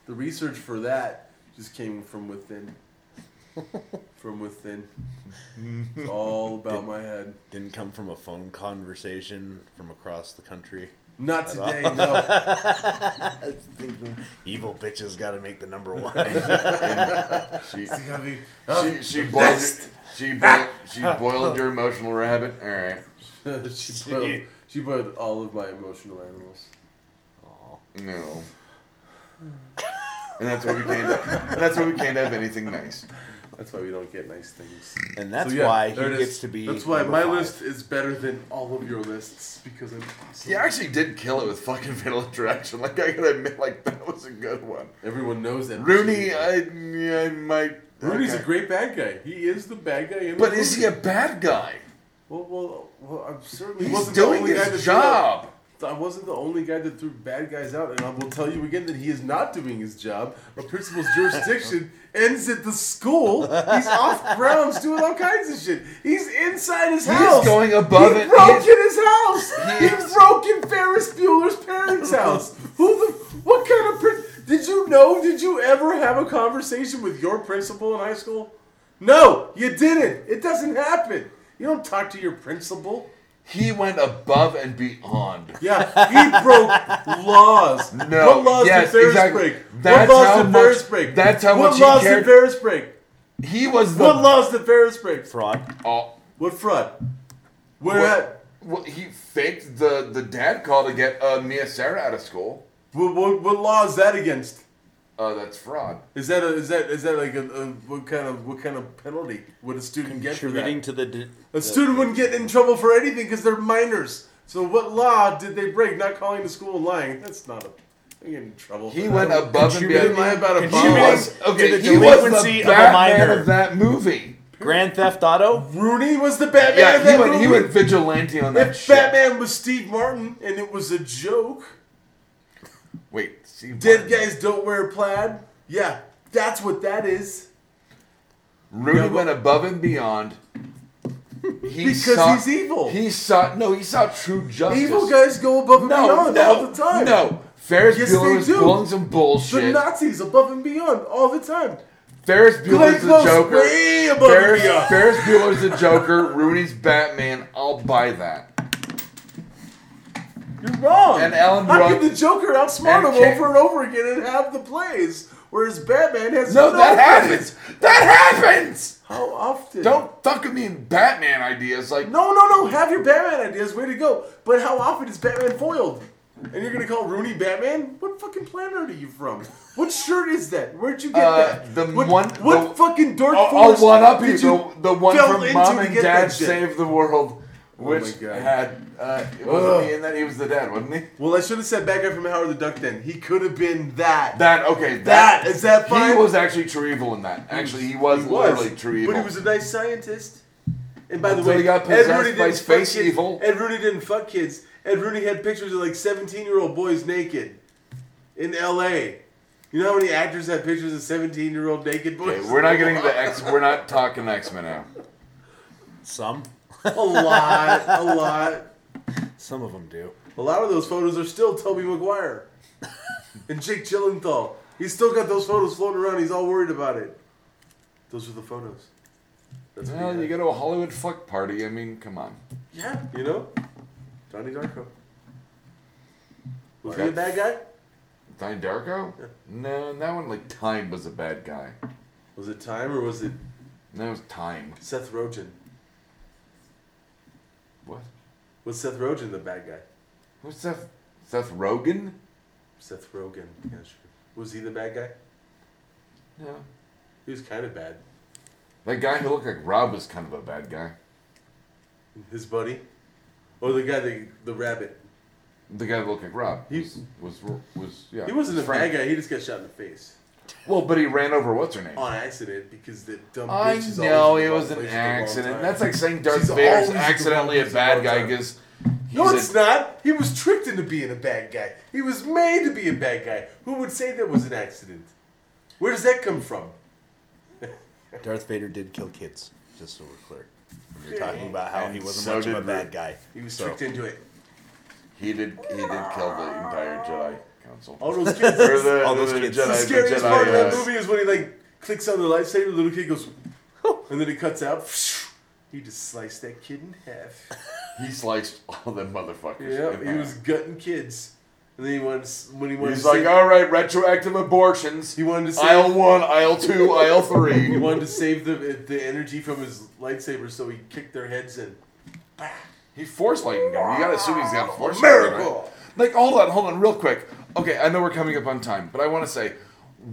The research for that just came from within. From within. It's all about my head. Didn't come from a phone conversation from across the country. Not today, no. Evil bitches got to make the number one. She, Gabby. she, she, boiled, she, boiled, she boiled your emotional rabbit? Alright. she boiled. She boiled all of my emotional animals. No. Hmm. And that's why we can't. and that's why we can't have anything nice. That's why we don't get nice things. and that's So, yeah, why he there it is. gets to be. That's why number my five. list is better than all of your lists because I'm awesome. He actually did kill it with fucking Fatal Attraction. Like I gotta admit, like that was a good one. Everyone knows that. Rooney, I, yeah, I might. Rooney's okay. a great bad guy. He is the bad guy. In But the is he movie. a bad guy? Well, well, well. I'm certainly He's wasn't the doing only guy that his threw out- job. I wasn't the only guy that threw bad guys out, and I will tell you again that he is not doing his job. A principal's jurisdiction ends at the school. He's off grounds doing all kinds of shit. He's inside his He is house. going above he it. broke He in his house. He He, is- broke in Ferris Bueller's parents' house. Who the? What kind of? Prin- did you know? Did you ever have a conversation with your principal in high school? No, you didn't. It doesn't happen. You don't talk to your principal. He went above and beyond. Yeah, he broke laws. No, what laws yes, did Ferris exactly. break? That's what laws how did much- Ferris break? that's how what much he laws did cared- Ferris break? He was the. What laws did Ferris break? fraud. Oh, What fraud? Where what, at? what, he faked the the dad call to get uh, Mia Sarah out of school. What, what, what law is that against? Uh, that's fraud. Is that a, is that is that like a, a what kind of what kind of penalty would a student get for Contributing that? to the. d A student wouldn't get in trouble for anything because they're minors. So what law did they break? Not calling to school and lying. That's not a. They get in trouble. He for went that. above and You didn't lie beyond. about a He He bomb. was To okay. the He was delinquency the of a Batman minor. of that movie. Grand Theft Auto. Rooney was the Batman. Yeah, of he that went, he movie. went vigilante on that If shit. Batman was Steve Martin and it was a joke, Wait, Steve dead Martin. guys don't wear plaid. Yeah, that's what that is. Rooney No, but- went above and beyond. He Because he's evil. He saw no. He saw true justice. Evil guys go above and No, beyond no, all the time. no. Ferris Yes, Bueller they was do. pulling some The bullshit. Nazis above and beyond all the time. Ferris Glenn Bueller's the Close Joker. way above Ferris, and beyond. Ferris Bueller's the Joker. Rooney's Batman. I'll buy that. You're wrong. And Alan How Ruck- can the Joker outsmart and him Ken- over and over again and have the plays, whereas Batman has No, that plays? happens. That happens. How often? Don't fuck with me in Batman ideas. Like No, no, no. Have your Batman ideas. Way to go. But how often is Batman foiled? And you're gonna call Rooney Batman? What fucking planet are you from? What shirt is that? Where'd you get Uh, that? the what, one- What the- fucking dark I'll, I'll force? one up you. did The, the one delve from into Mom to and get Dad that shit? Save the World, my which God. had uh, it wasn't Ugh. he in that he was the dad, wasn't he? Well, I should have said bad guy from Howard the Duck. Then he could have been that. That okay. That, is that He fine? was actually true evil in that. Actually, he was, literally true evil. But he was a nice scientist. And by the Until way, he got Ed possessed Rooney by didn't fuck space kids. evil. Ed Rooney didn't fuck kids. Ed Rooney had pictures of like 17 year old boys naked in L.A. You know how many actors have pictures of 17 year old naked boys? Okay, we're not getting the X. We're not talking X Men now. Some. a lot, a lot, Some of them do. a lot of those photos are still Toby Maguire and Jake Gyllenhaal. He's still got those photos floating around. He's all worried about it. Those are the photos. That's what he Well, had. you go to a Hollywood fuck party. I mean, come on. Yeah, you know, Johnny Darko. Was Okay. he a bad guy? Donnie Darko? No, that one like Time was a bad guy. Was it time or was it That was Time. Seth Rogen? What? Was Seth Rogen the bad guy? Who's Seth? Seth Rogen? Seth Rogen. Yeah, sure. Was he the bad guy? No. He was kind of bad. That guy who looked like Rob was kind of a bad guy. His buddy, or the guy the the rabbit. The guy that looked like Rob. He- was was, was yeah. He wasn't was the Frank. bad guy. He just got shot in the face Well, but he ran over what's her name? on accident because the dumb. I Oh, bitch is know always in the it wrong was an place at the wrong accident. time. That's like saying Darth She's always Vader's at the accidentally wrong a place bad at the wrong guy time. because No, it's not. He was tricked into being a bad guy. He was made to be a bad guy. Who would say that was an accident? Where does that come from? Darth Vader did kill kids, just so we're clear. When you're talking about how he And wasn't so much of a did bad Luke. guy. He was So- tricked into it. he did he did kill the entire Jedi Council. All those kids. Or the, all the those kids. Jedi, Oh, the scariest Jedi, part of that uh, movie is when he like clicks on the lightsaber, the little kid goes, and then it cuts out. He just sliced that kid in half. He sliced all them motherfuckers. Yeah, in he half. was gutting kids, and then he wanted to, s- when he wanted He's to like, save, all right, retroactive abortions. he wanted to save, aisle one, aisle two, aisle he three. wanted to save the the energy from his lightsaber, so he kicked their heads in. He force lightning him. You gotta assume he's got force lightning, Miracle. right? Like, hold on, hold on, real quick. Okay, I know we're coming up on time, but I want to say,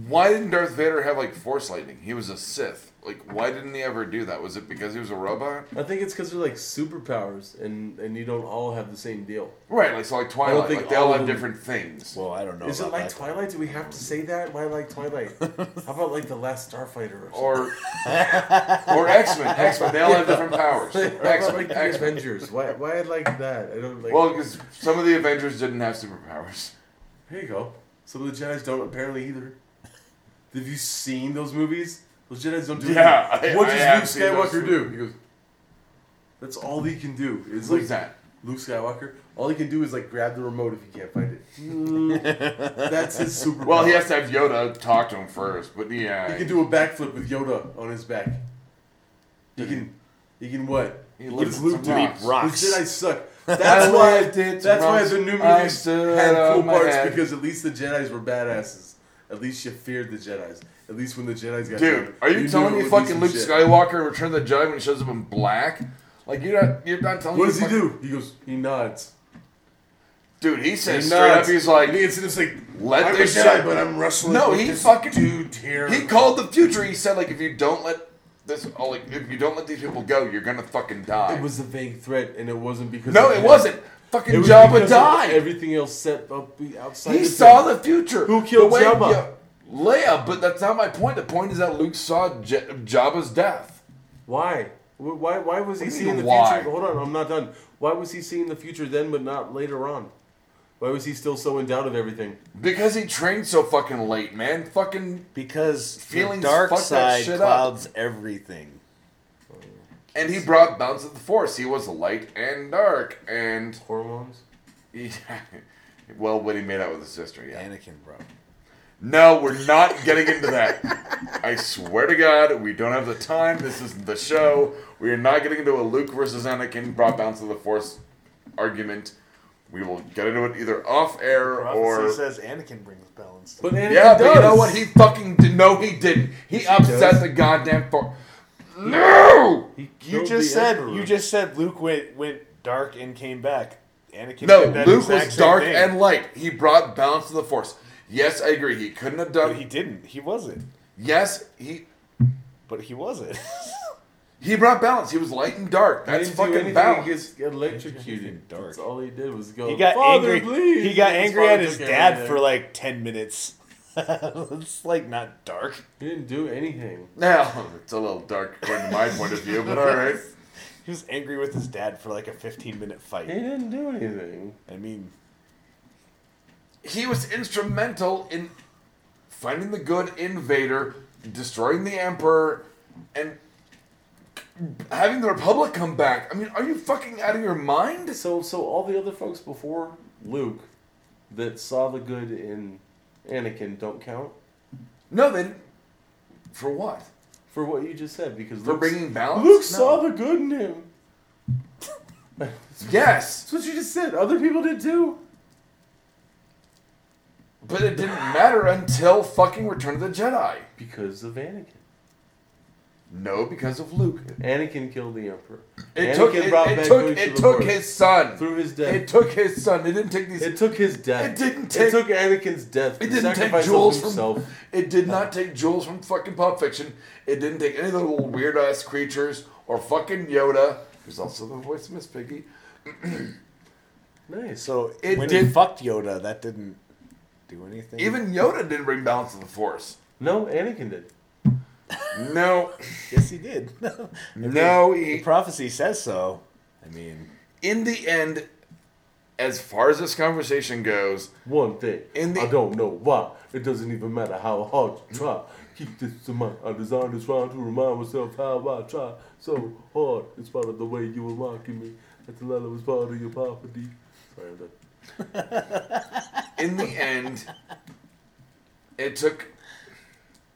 why didn't Darth Vader have like force lightning? He was a Sith. Like, why didn't he ever do that? Was it because he was a robot? I think it's because they're like superpowers, and and you don't all have the same deal. Right, like so, like Twilight, think like they all all have of them- different things. Well, I don't know Is it about like that. Twilight? Do we have to say that? Why like Twilight? How about like the Last Starfighter or something? Or, or X Men, X Men. They all have different powers. X X Men, like the X Men. Avengers. Why? Why like that? I don't like. Well, because some of the Avengers didn't have superpowers. Here you go. Some of the Jedi's don't apparently either. Have you seen those movies? Those Jedi's don't do Yeah, anything. I- what I have does seen Luke those Skywalker movies. do? He goes. That's all he can do. Is It's like like that. Luke Skywalker. All he can do is like grab the remote if he can't find it. That's his superpower. Well, he has to have Yoda talk to him first, but yeah, He can do a backflip with Yoda on his back. He can. He can what? He What lifts does Luke some do? rocks. The Rocks. Jedi suck. That's why. That's why the new movies had cool parts because at least the Jedi's were badasses. At least you feared the Jedi's. At least when the Jedi's got Dude, are you, knew telling it me would be fucking some Luke shit. Skywalker in Return of the Jedi when he shows up in black? Like you're not you're not telling What me does he fucking- do? He goes. He nods. Dude, he He says nods. straight up he's like and he gets in this like. Let I'm a this Jedi, shit- but I'm wrestling. No, with he this fucking- dude here. he called the future, he said like if you don't let this oh, like if you don't let these people go, you're gonna fucking die. It was a vague threat, and it wasn't because. no, of it him. wasn't. Fucking It was because Jabba of died. Everything else set up be- outside. He of saw him. the future. Who killed The way- Jabba? yeah, Leia, but that's not my point. The point is that Luke saw J- Jabba's death. Why? Wh- Why? Why was he do you seeing the mean, why? future? Hold on, I'm not done. Why was he seeing the future then, but not later on? Why was he still so in doubt of everything? Because he trained so fucking late, man. Fucking Because the Feelings dark fuck that side shit up. clouds everything. and he brought balance of the force. He was light and dark, and Hormones. he, well, when he made out with his sister, yeah. Anakin, bro. No, we're not getting into that. I swear to God, we don't have the time. This isn't the show. We are not getting into a Luke versus Anakin brought balance of the force argument. We will get into it either off air or Prophecy says Anakin brings balance. To But Anakin Yeah, does. but you know what? He fucking did. No, he didn't. He upset does. the goddamn for. No. He You killed just the said Emperor. you just said Luke went went dark and came back. Anakin. No, did that Luke exact was same dark thing. and light. He brought balance to the force. Yes, I agree. He couldn't have done. But he didn't. He wasn't. yes, he But he wasn't. he brought balance. He was light and dark. He That's didn't do fucking anything, balance. He gets electrocuted. Dark. That's all he did was go. he got Father, angry. Please. He got And his angry father at his took dad everything. for like ten minutes. it's like not dark. He didn't do anything. Now it's a little dark according to my point of view, but all right. He was angry with his dad for like a fifteen minute He fight. didn't do anything. I mean, He was instrumental in finding the good invader, destroying the emperor, and having the republic come back. I mean, are you fucking out of your mind? So, so all the other folks before Luke that saw the good in Anakin don't count No, they didn't. For what? for what you just said because For Luke's- bringing balance? Luke No. saw the good in him. Yes. That's what you just said. Other people did too. But it didn't matter until fucking Return of the Jedi. Because of Anakin. No, because of Luke. Anakin killed the Emperor. Anakin It took it, brought it back took Luke to it the took Force his son. through his death. It took his son. It didn't take these. It took his death. It didn't It take- took Anakin's death. It the didn't take sacrifice of Jules himself. from. It did not take Jules from fucking Pulp Fiction. It didn't take any of the little weird ass creatures or fucking Yoda, who's also the voice of Miss Piggy. Nice. So It when he did- fucked Yoda, that didn't do anything. Even Yoda didn't bring balance to the Force. No, Anakin did. No, yes, he did. no. the He, prophecy says so. I mean, in the end, as far as this conversation goes, One thing. In the- I don't know why. It doesn't even matter how hard you try. Keep this in mind. I designed this rhyme to remind myself how I try so hard. In spite of the way you were mocking me, that the letter was part of your poverty. Sorry, I'm done. in the end, it took.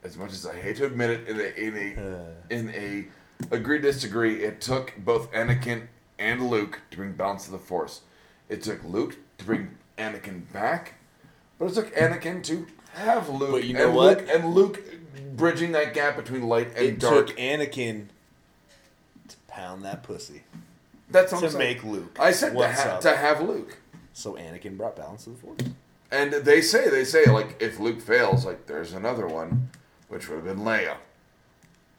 As much as I hate to admit it, in a in a, Uh. in a agree disagree, it took both Anakin and Luke to bring balance to the Force. It took Luke to bring Anakin back, but it took Anakin to have Luke. But you know and what? Luke, and Luke bridging that gap between light and it dark. took Anakin to pound that pussy That's what to I'm saying. make Luke. I said to, what's ha- up. to have Luke. so Anakin brought balance to the force. And they say, they say, like, if Luke fails, like, there's another one, which would have been Leia.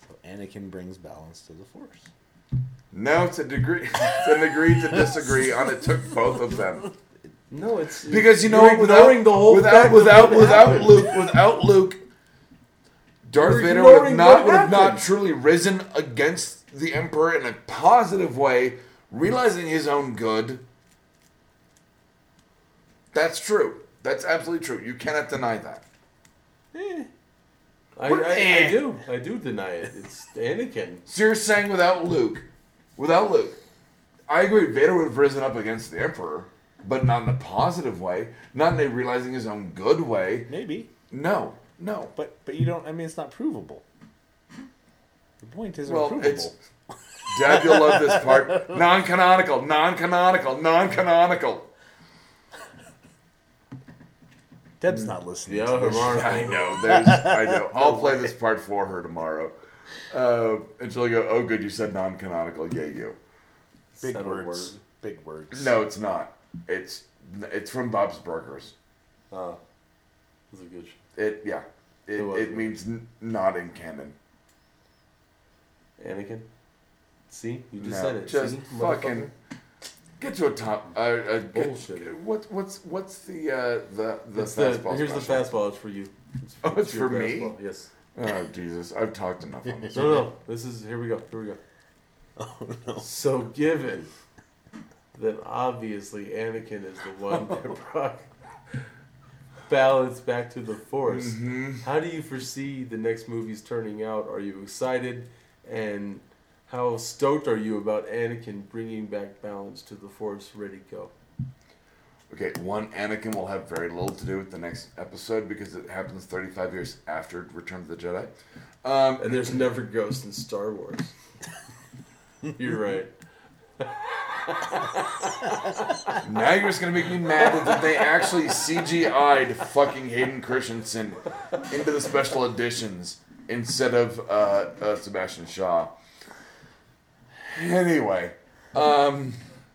So Anakin brings balance to the force. No, it's a degree. It's an agree to disagree on. It took both of them No, it's because you know You're ignoring without, the whole without fact of without what without happened. Luke without Luke, Darth You're Vader would have ignoring not what would have not happened. truly risen against the Emperor in a positive way, realizing his own good. That's true. That's absolutely true. You cannot deny that. I, I, I do. I do deny it. It's Anakin. So you're saying without Luke, without Luke, I agree. Vader would have risen up against the Emperor, but not in a positive way, not in a realizing his own good way. Maybe, No, no. but but you don't. I mean, it's not provable. The point isn't Well, provable. it's Dad. You'll love this part. Non-canonical, non-canonical, non-canonical. Deb's not listening. Yeah, to this. I Harar. know. There's. I know. I'll play this part for her tomorrow, uh, and she'll go, "Oh, good, you said non-canonical. Yeah, you." Big Subtle words. word. Big words. No, it's not. It's it's from Bob's Burgers. Oh, this is a good. Show. It yeah. It, It was it good. means n- not in canon. Anakin. See, you just No, said it. Just See, fucking get to a top. Uh, uh, get, Bullshit. What what's what's the uh, the the It's the, fastball? here's the special? fastball. It's for you. It's Oh, it's your for me? fastball, Yes. Oh Jesus! I've talked enough on this. No, no. This is here we go. Here we go. Oh no. So given that obviously Anakin is the one that brought balance back to the Force, how do you foresee the next movies turning out? Are you excited? And how stoked are you about Anakin bringing back balance to the Force? Ready, go. Okay, one Anakin will have very little to do with the next episode because it happens 35 years after Return of the Jedi. Um, And there's never ghosts in Star Wars. You're right. now you're just gonna make me mad that they actually CGI'd fucking Hayden Christensen into the special editions instead of uh, uh, Sebastian Shaw. Anyway, um,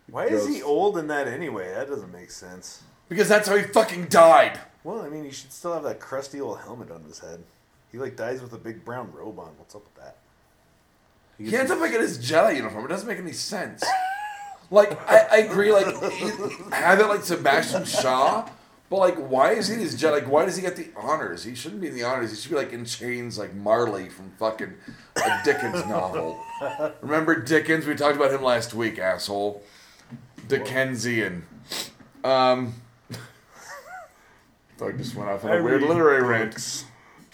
Why is he old in that anyway? That doesn't make sense. because that's how he fucking died. Well, I mean, he should still have that crusty old helmet on his head. He like dies with a big brown robe on. What's up with that? He ends up like in his Jedi uniform. It doesn't make any sense. Like I, I agree. Like he- have it like Sebastian Shaw, but like why is he in his Jedi? Like why does he get the honors? He shouldn't be in the honors. He should be like in chains, like Marley from fucking a Dickens novel. Remember Dickens? We talked about him last week, asshole. Dickensian. Um, I just went off on a weird read literary rant.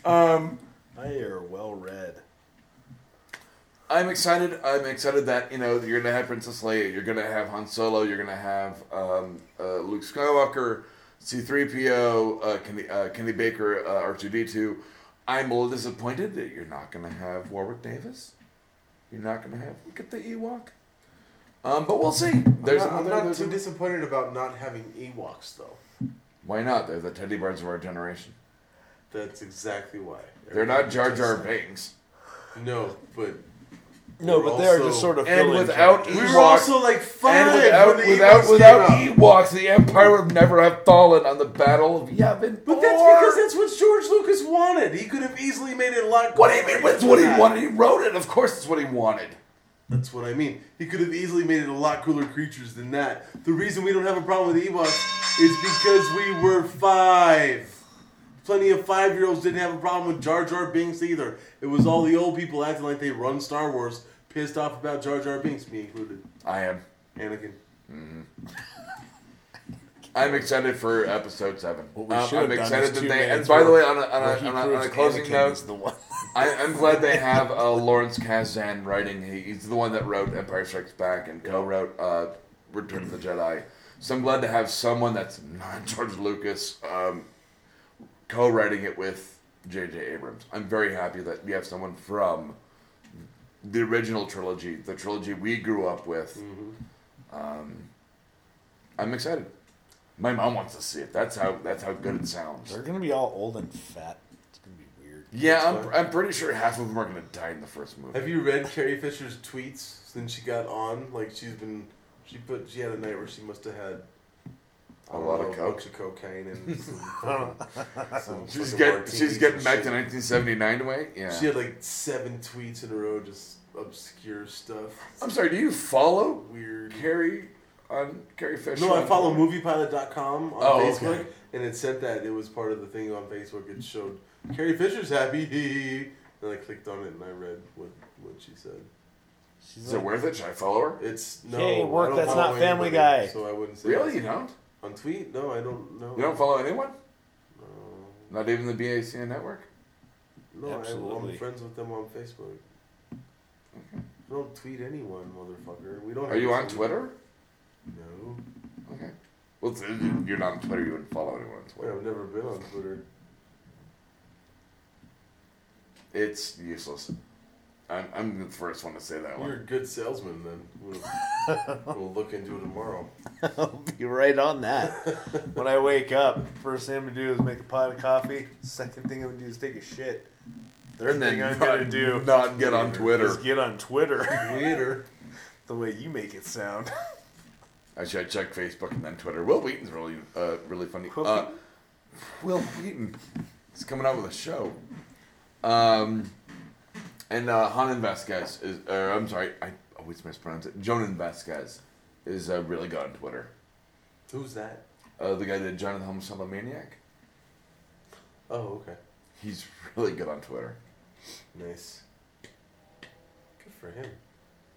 I are well read. I'm excited. I'm excited that you know you're gonna have Princess Leia, you're gonna have Han Solo, you're gonna have um, uh, Luke Skywalker, C-3PO, uh, Kenny, uh, Kenny Baker, uh, R2D2. I'm a little disappointed that you're not gonna have Warwick Davis. You're not gonna have look at the Ewok. Um, but we'll see. There's I'm not, I'm another- not there's too another- disappointed about not having Ewoks though. Why not? They're the teddy bears of our generation. That's exactly why. They're not Jar Jar Binks. No, but No, We're but they're also- just sort of and fill-in without characters. we Ewoks- were also like five and without when the without Ewoks without came out. Ewoks, the Empire would never have fallen on the Battle of Yavin. But that's because that's what George Lucas wanted. He could have easily made it a lot. what do you mean? cooler That's what he than that. wanted. He wrote it. Of course, it's what he wanted. That's what I mean. He could have easily made it a lot cooler creatures than that. The reason we don't have a problem with Ewoks is because we were five. Plenty of five year olds didn't have a problem with Jar Jar Binks either. It was all the old people acting like they run Star Wars, pissed off about Jar Jar Binks, me included. I am. Anakin. I'm excited for episode seven. we Um, should I'm have done excited is that two they. And minutes by the where- way, on a, on where a, he on a, on proves a closing Anakin note, is the one. I, I'm glad they have uh, Lawrence Kazan writing. He, he's the one that wrote Empire Strikes Back and co-wrote uh, Return of the Jedi. So I'm glad to have someone that's not George Lucas um, co-writing it with J.J. Abrams. I'm very happy that we have someone from the original trilogy, the trilogy we grew up with. Um, Mm-hmm. I'm excited. My mom wants to see it. That's how. That's how good it sounds. They're gonna be all old and fat. It's gonna be weird. Yeah, I'm, I'm pretty sure half of them are gonna die in the first movie. Have you read Carrie Fisher's tweets since she got on? Like she's been, she put, she had a night where she must have had uh, A lot of a coke. bunch of cocaine and some. fucking- some She's fucking getting martinis she's getting and back shit. to 1979 way. Yeah. She had like seven tweets in a row, just obscure stuff. I'm sorry. Do you follow Weird. Carrie on Carrie Fisher? No, I on follow Twitter? moviepilot.com on Oh, Facebook, okay. and it said that it was part of the thing on Facebook. It showed Carrie Fisher's happy, and I clicked on it and I read what what she said. She's Is it worth it? Should I follow her? It's no. Hey, work, I don't that's follow not Family anybody, Guy. So I wouldn't say Really? that. You don't? on tweet. No, I don't know. You don't follow anyone? No. Not even the BACN network? No, I, Absolutely. I'm friends with them on Facebook. I don't tweet anyone, motherfucker. We don't. Are have you on some- Twitter? No. Okay. Well, it's- if you're not on Twitter. You wouldn't follow anyone on Wait, Twitter. I've never been on Twitter. It's useless. I'm, I'm the first one to say that You're a one. good salesman, then. We'll, we'll look into it tomorrow. You're right on that. when I wake up, first thing I'm gonna do is make a pot of coffee. Second thing I'm gonna do is take a shit. Third And then thing I'm not- gonna do not get on is Twitter. get on Twitter. Later. the way you make it sound. Actually, I check Facebook and then Twitter. Will Wheaton's really, uh, really funny. Uh, Will Wheaton is coming out with a show. Um, and uh, Hanan Vasquez is, or I'm sorry, I always mispronounce it. Jonan Vasquez is uh, really good on Twitter. Who's that? Uh, the guy that Jonathan Holmes Saw the Maniac. Oh, okay. He's really good on Twitter. Nice. Good for him. It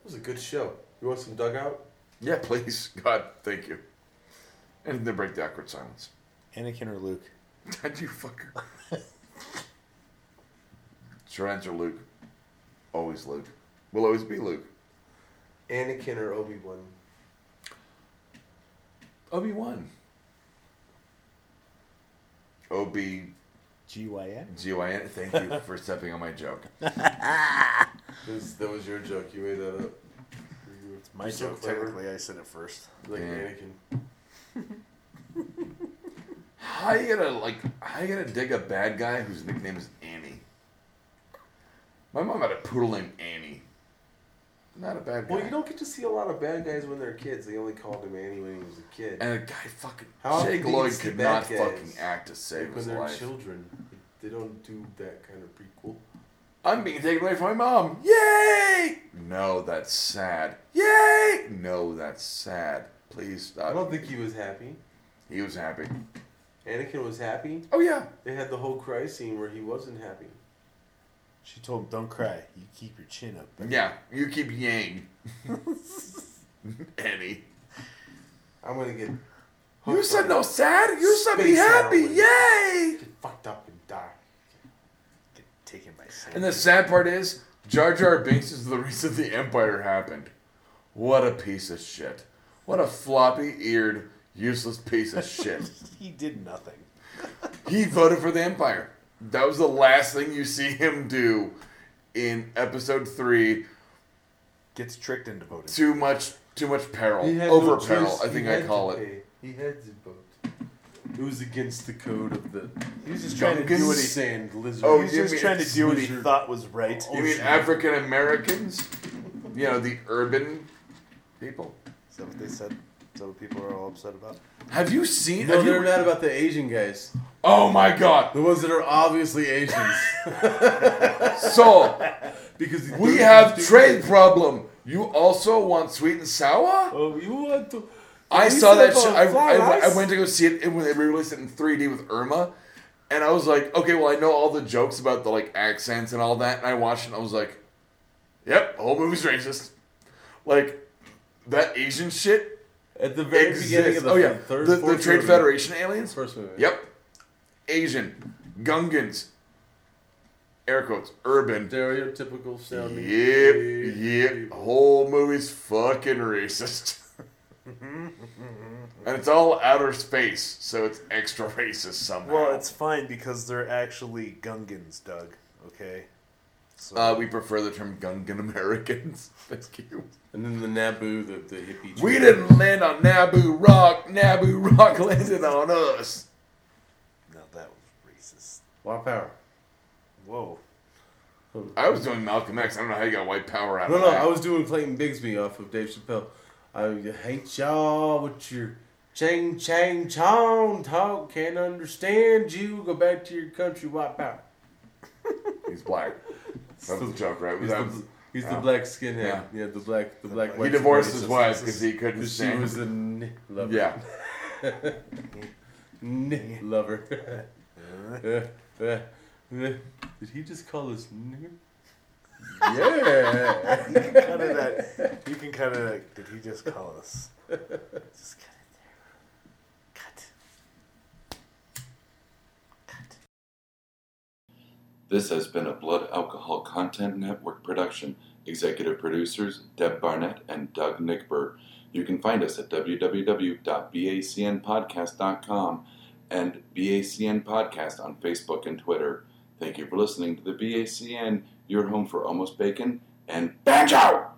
was a good show. You want some dugout? Yeah, please, God, thank you. And then break the awkward silence. Anakin or Luke? Did you fucker? Sure answer, Luke. Always Luke. Will always be Luke. Anakin or Obi Wan? Obi Wan. Ob GYN? Gyn. Thank you for stepping on my joke. This- That was your joke. You made that up. You were- My so joke, clever. technically, I said it first. Like Yeah. Anakin. How you gonna like? How you gonna dig a bad guy whose nickname is Annie? My mom had a poodle named Annie. Not a bad guy. Well, you don't get to see a lot of bad guys when they're kids. They only called him Annie when he was a kid. And a guy fucking How often Jake do you Lloyd see could bad not guys? fucking act to save like when his they're life. children, they don't do that kind of prequel. I'm being taken away from my mom. Yay! No, that's sad. Yay! No, that's sad. Please stop. I don't think he was happy. he was happy. Anakin was happy. Oh yeah. They had the whole cry scene where he wasn't happy. She told him, "Don't cry. You keep your chin up." Yeah, you keep yang. Annie. I'm gonna get. You said no sad? You said be Space happy. Halloween. Yay! Get fucked up and die. Get taken by And the sad part is, Jar Jar Binks is the reason the Empire happened. What a piece of shit. What a floppy eared, useless piece of shit. he did nothing. He voted for the Empire. That was the last thing you see him do in episode three. Gets tricked into voting. Too much, too much peril, He had over no choice. peril. I He think had I to call it. pay. He had to vote. It was against the code of the He was just trying to do what Goose he. sand lizard. Oh, He was give just me trying to do what he lizard. thought was right. You mean African Americans? You know, the urban people. Is that what they said? Is that what people are all upset about? Have you seen? no, have you- they're mad about the Asian guys. oh my God! The ones that are obviously Asians. So because we have trade problem. You also want sweet and sour? Oh, you want to? I We saw said that. Sh- about I, I, fried I rice? went to go see it when they released it in 3D with Irma, and I was like, okay, well, I know all the jokes about the like accents and all that, and I watched it, and I was like, yep, the whole movie's racist. Like that Asian shit At the very beginning exists. of the oh yeah, third, the, the fourth Trade movie. Federation aliens. First movie. Yep. Asian. Gungans. Air quotes. Urban. Stereotypical sounding. Yep. Yep. Whole movie's fucking racist. and it's all outer space, so it's extra racist somehow. Well, it's fine because they're actually Gungans, Doug. Okay. So uh, we prefer the term Gungan Americans. Thank you. And then the Naboo, the, the hippie. We chick. didn't land on Naboo Rock. Naboo Rock landed on us. no, that was racist. Wow, power. Whoa. I was doing Malcolm X. I don't know how you got white power out No, of no, that. I was doing Clayton Bigsby off of Dave Chappelle. I hate y'all with your chang chang chong talk. Can't understand you. Go back to your country. Wipe out. He's black. That was a joke, right? He's, That the, was- he's the yeah. black skinhead. Yeah. Yeah. the black, the black. He white divorced supremacist. his wife because he couldn't 'Cause she stand. was a n- lover. yeah. N- lover. Uh, uh, uh. Did he just call us nigger? yeah. Kind of that. You can kind of. Like, did he just call us? Just cut it there. Cut. This has been a Blood Alcohol Content Network production. Executive producers Deb Barnett and Doug Nickberg. You can find us at www.bacnpodcast.com and BACN Podcast on Facebook and Twitter. Thank you for listening to the BACN, your home for almost bacon and banjo!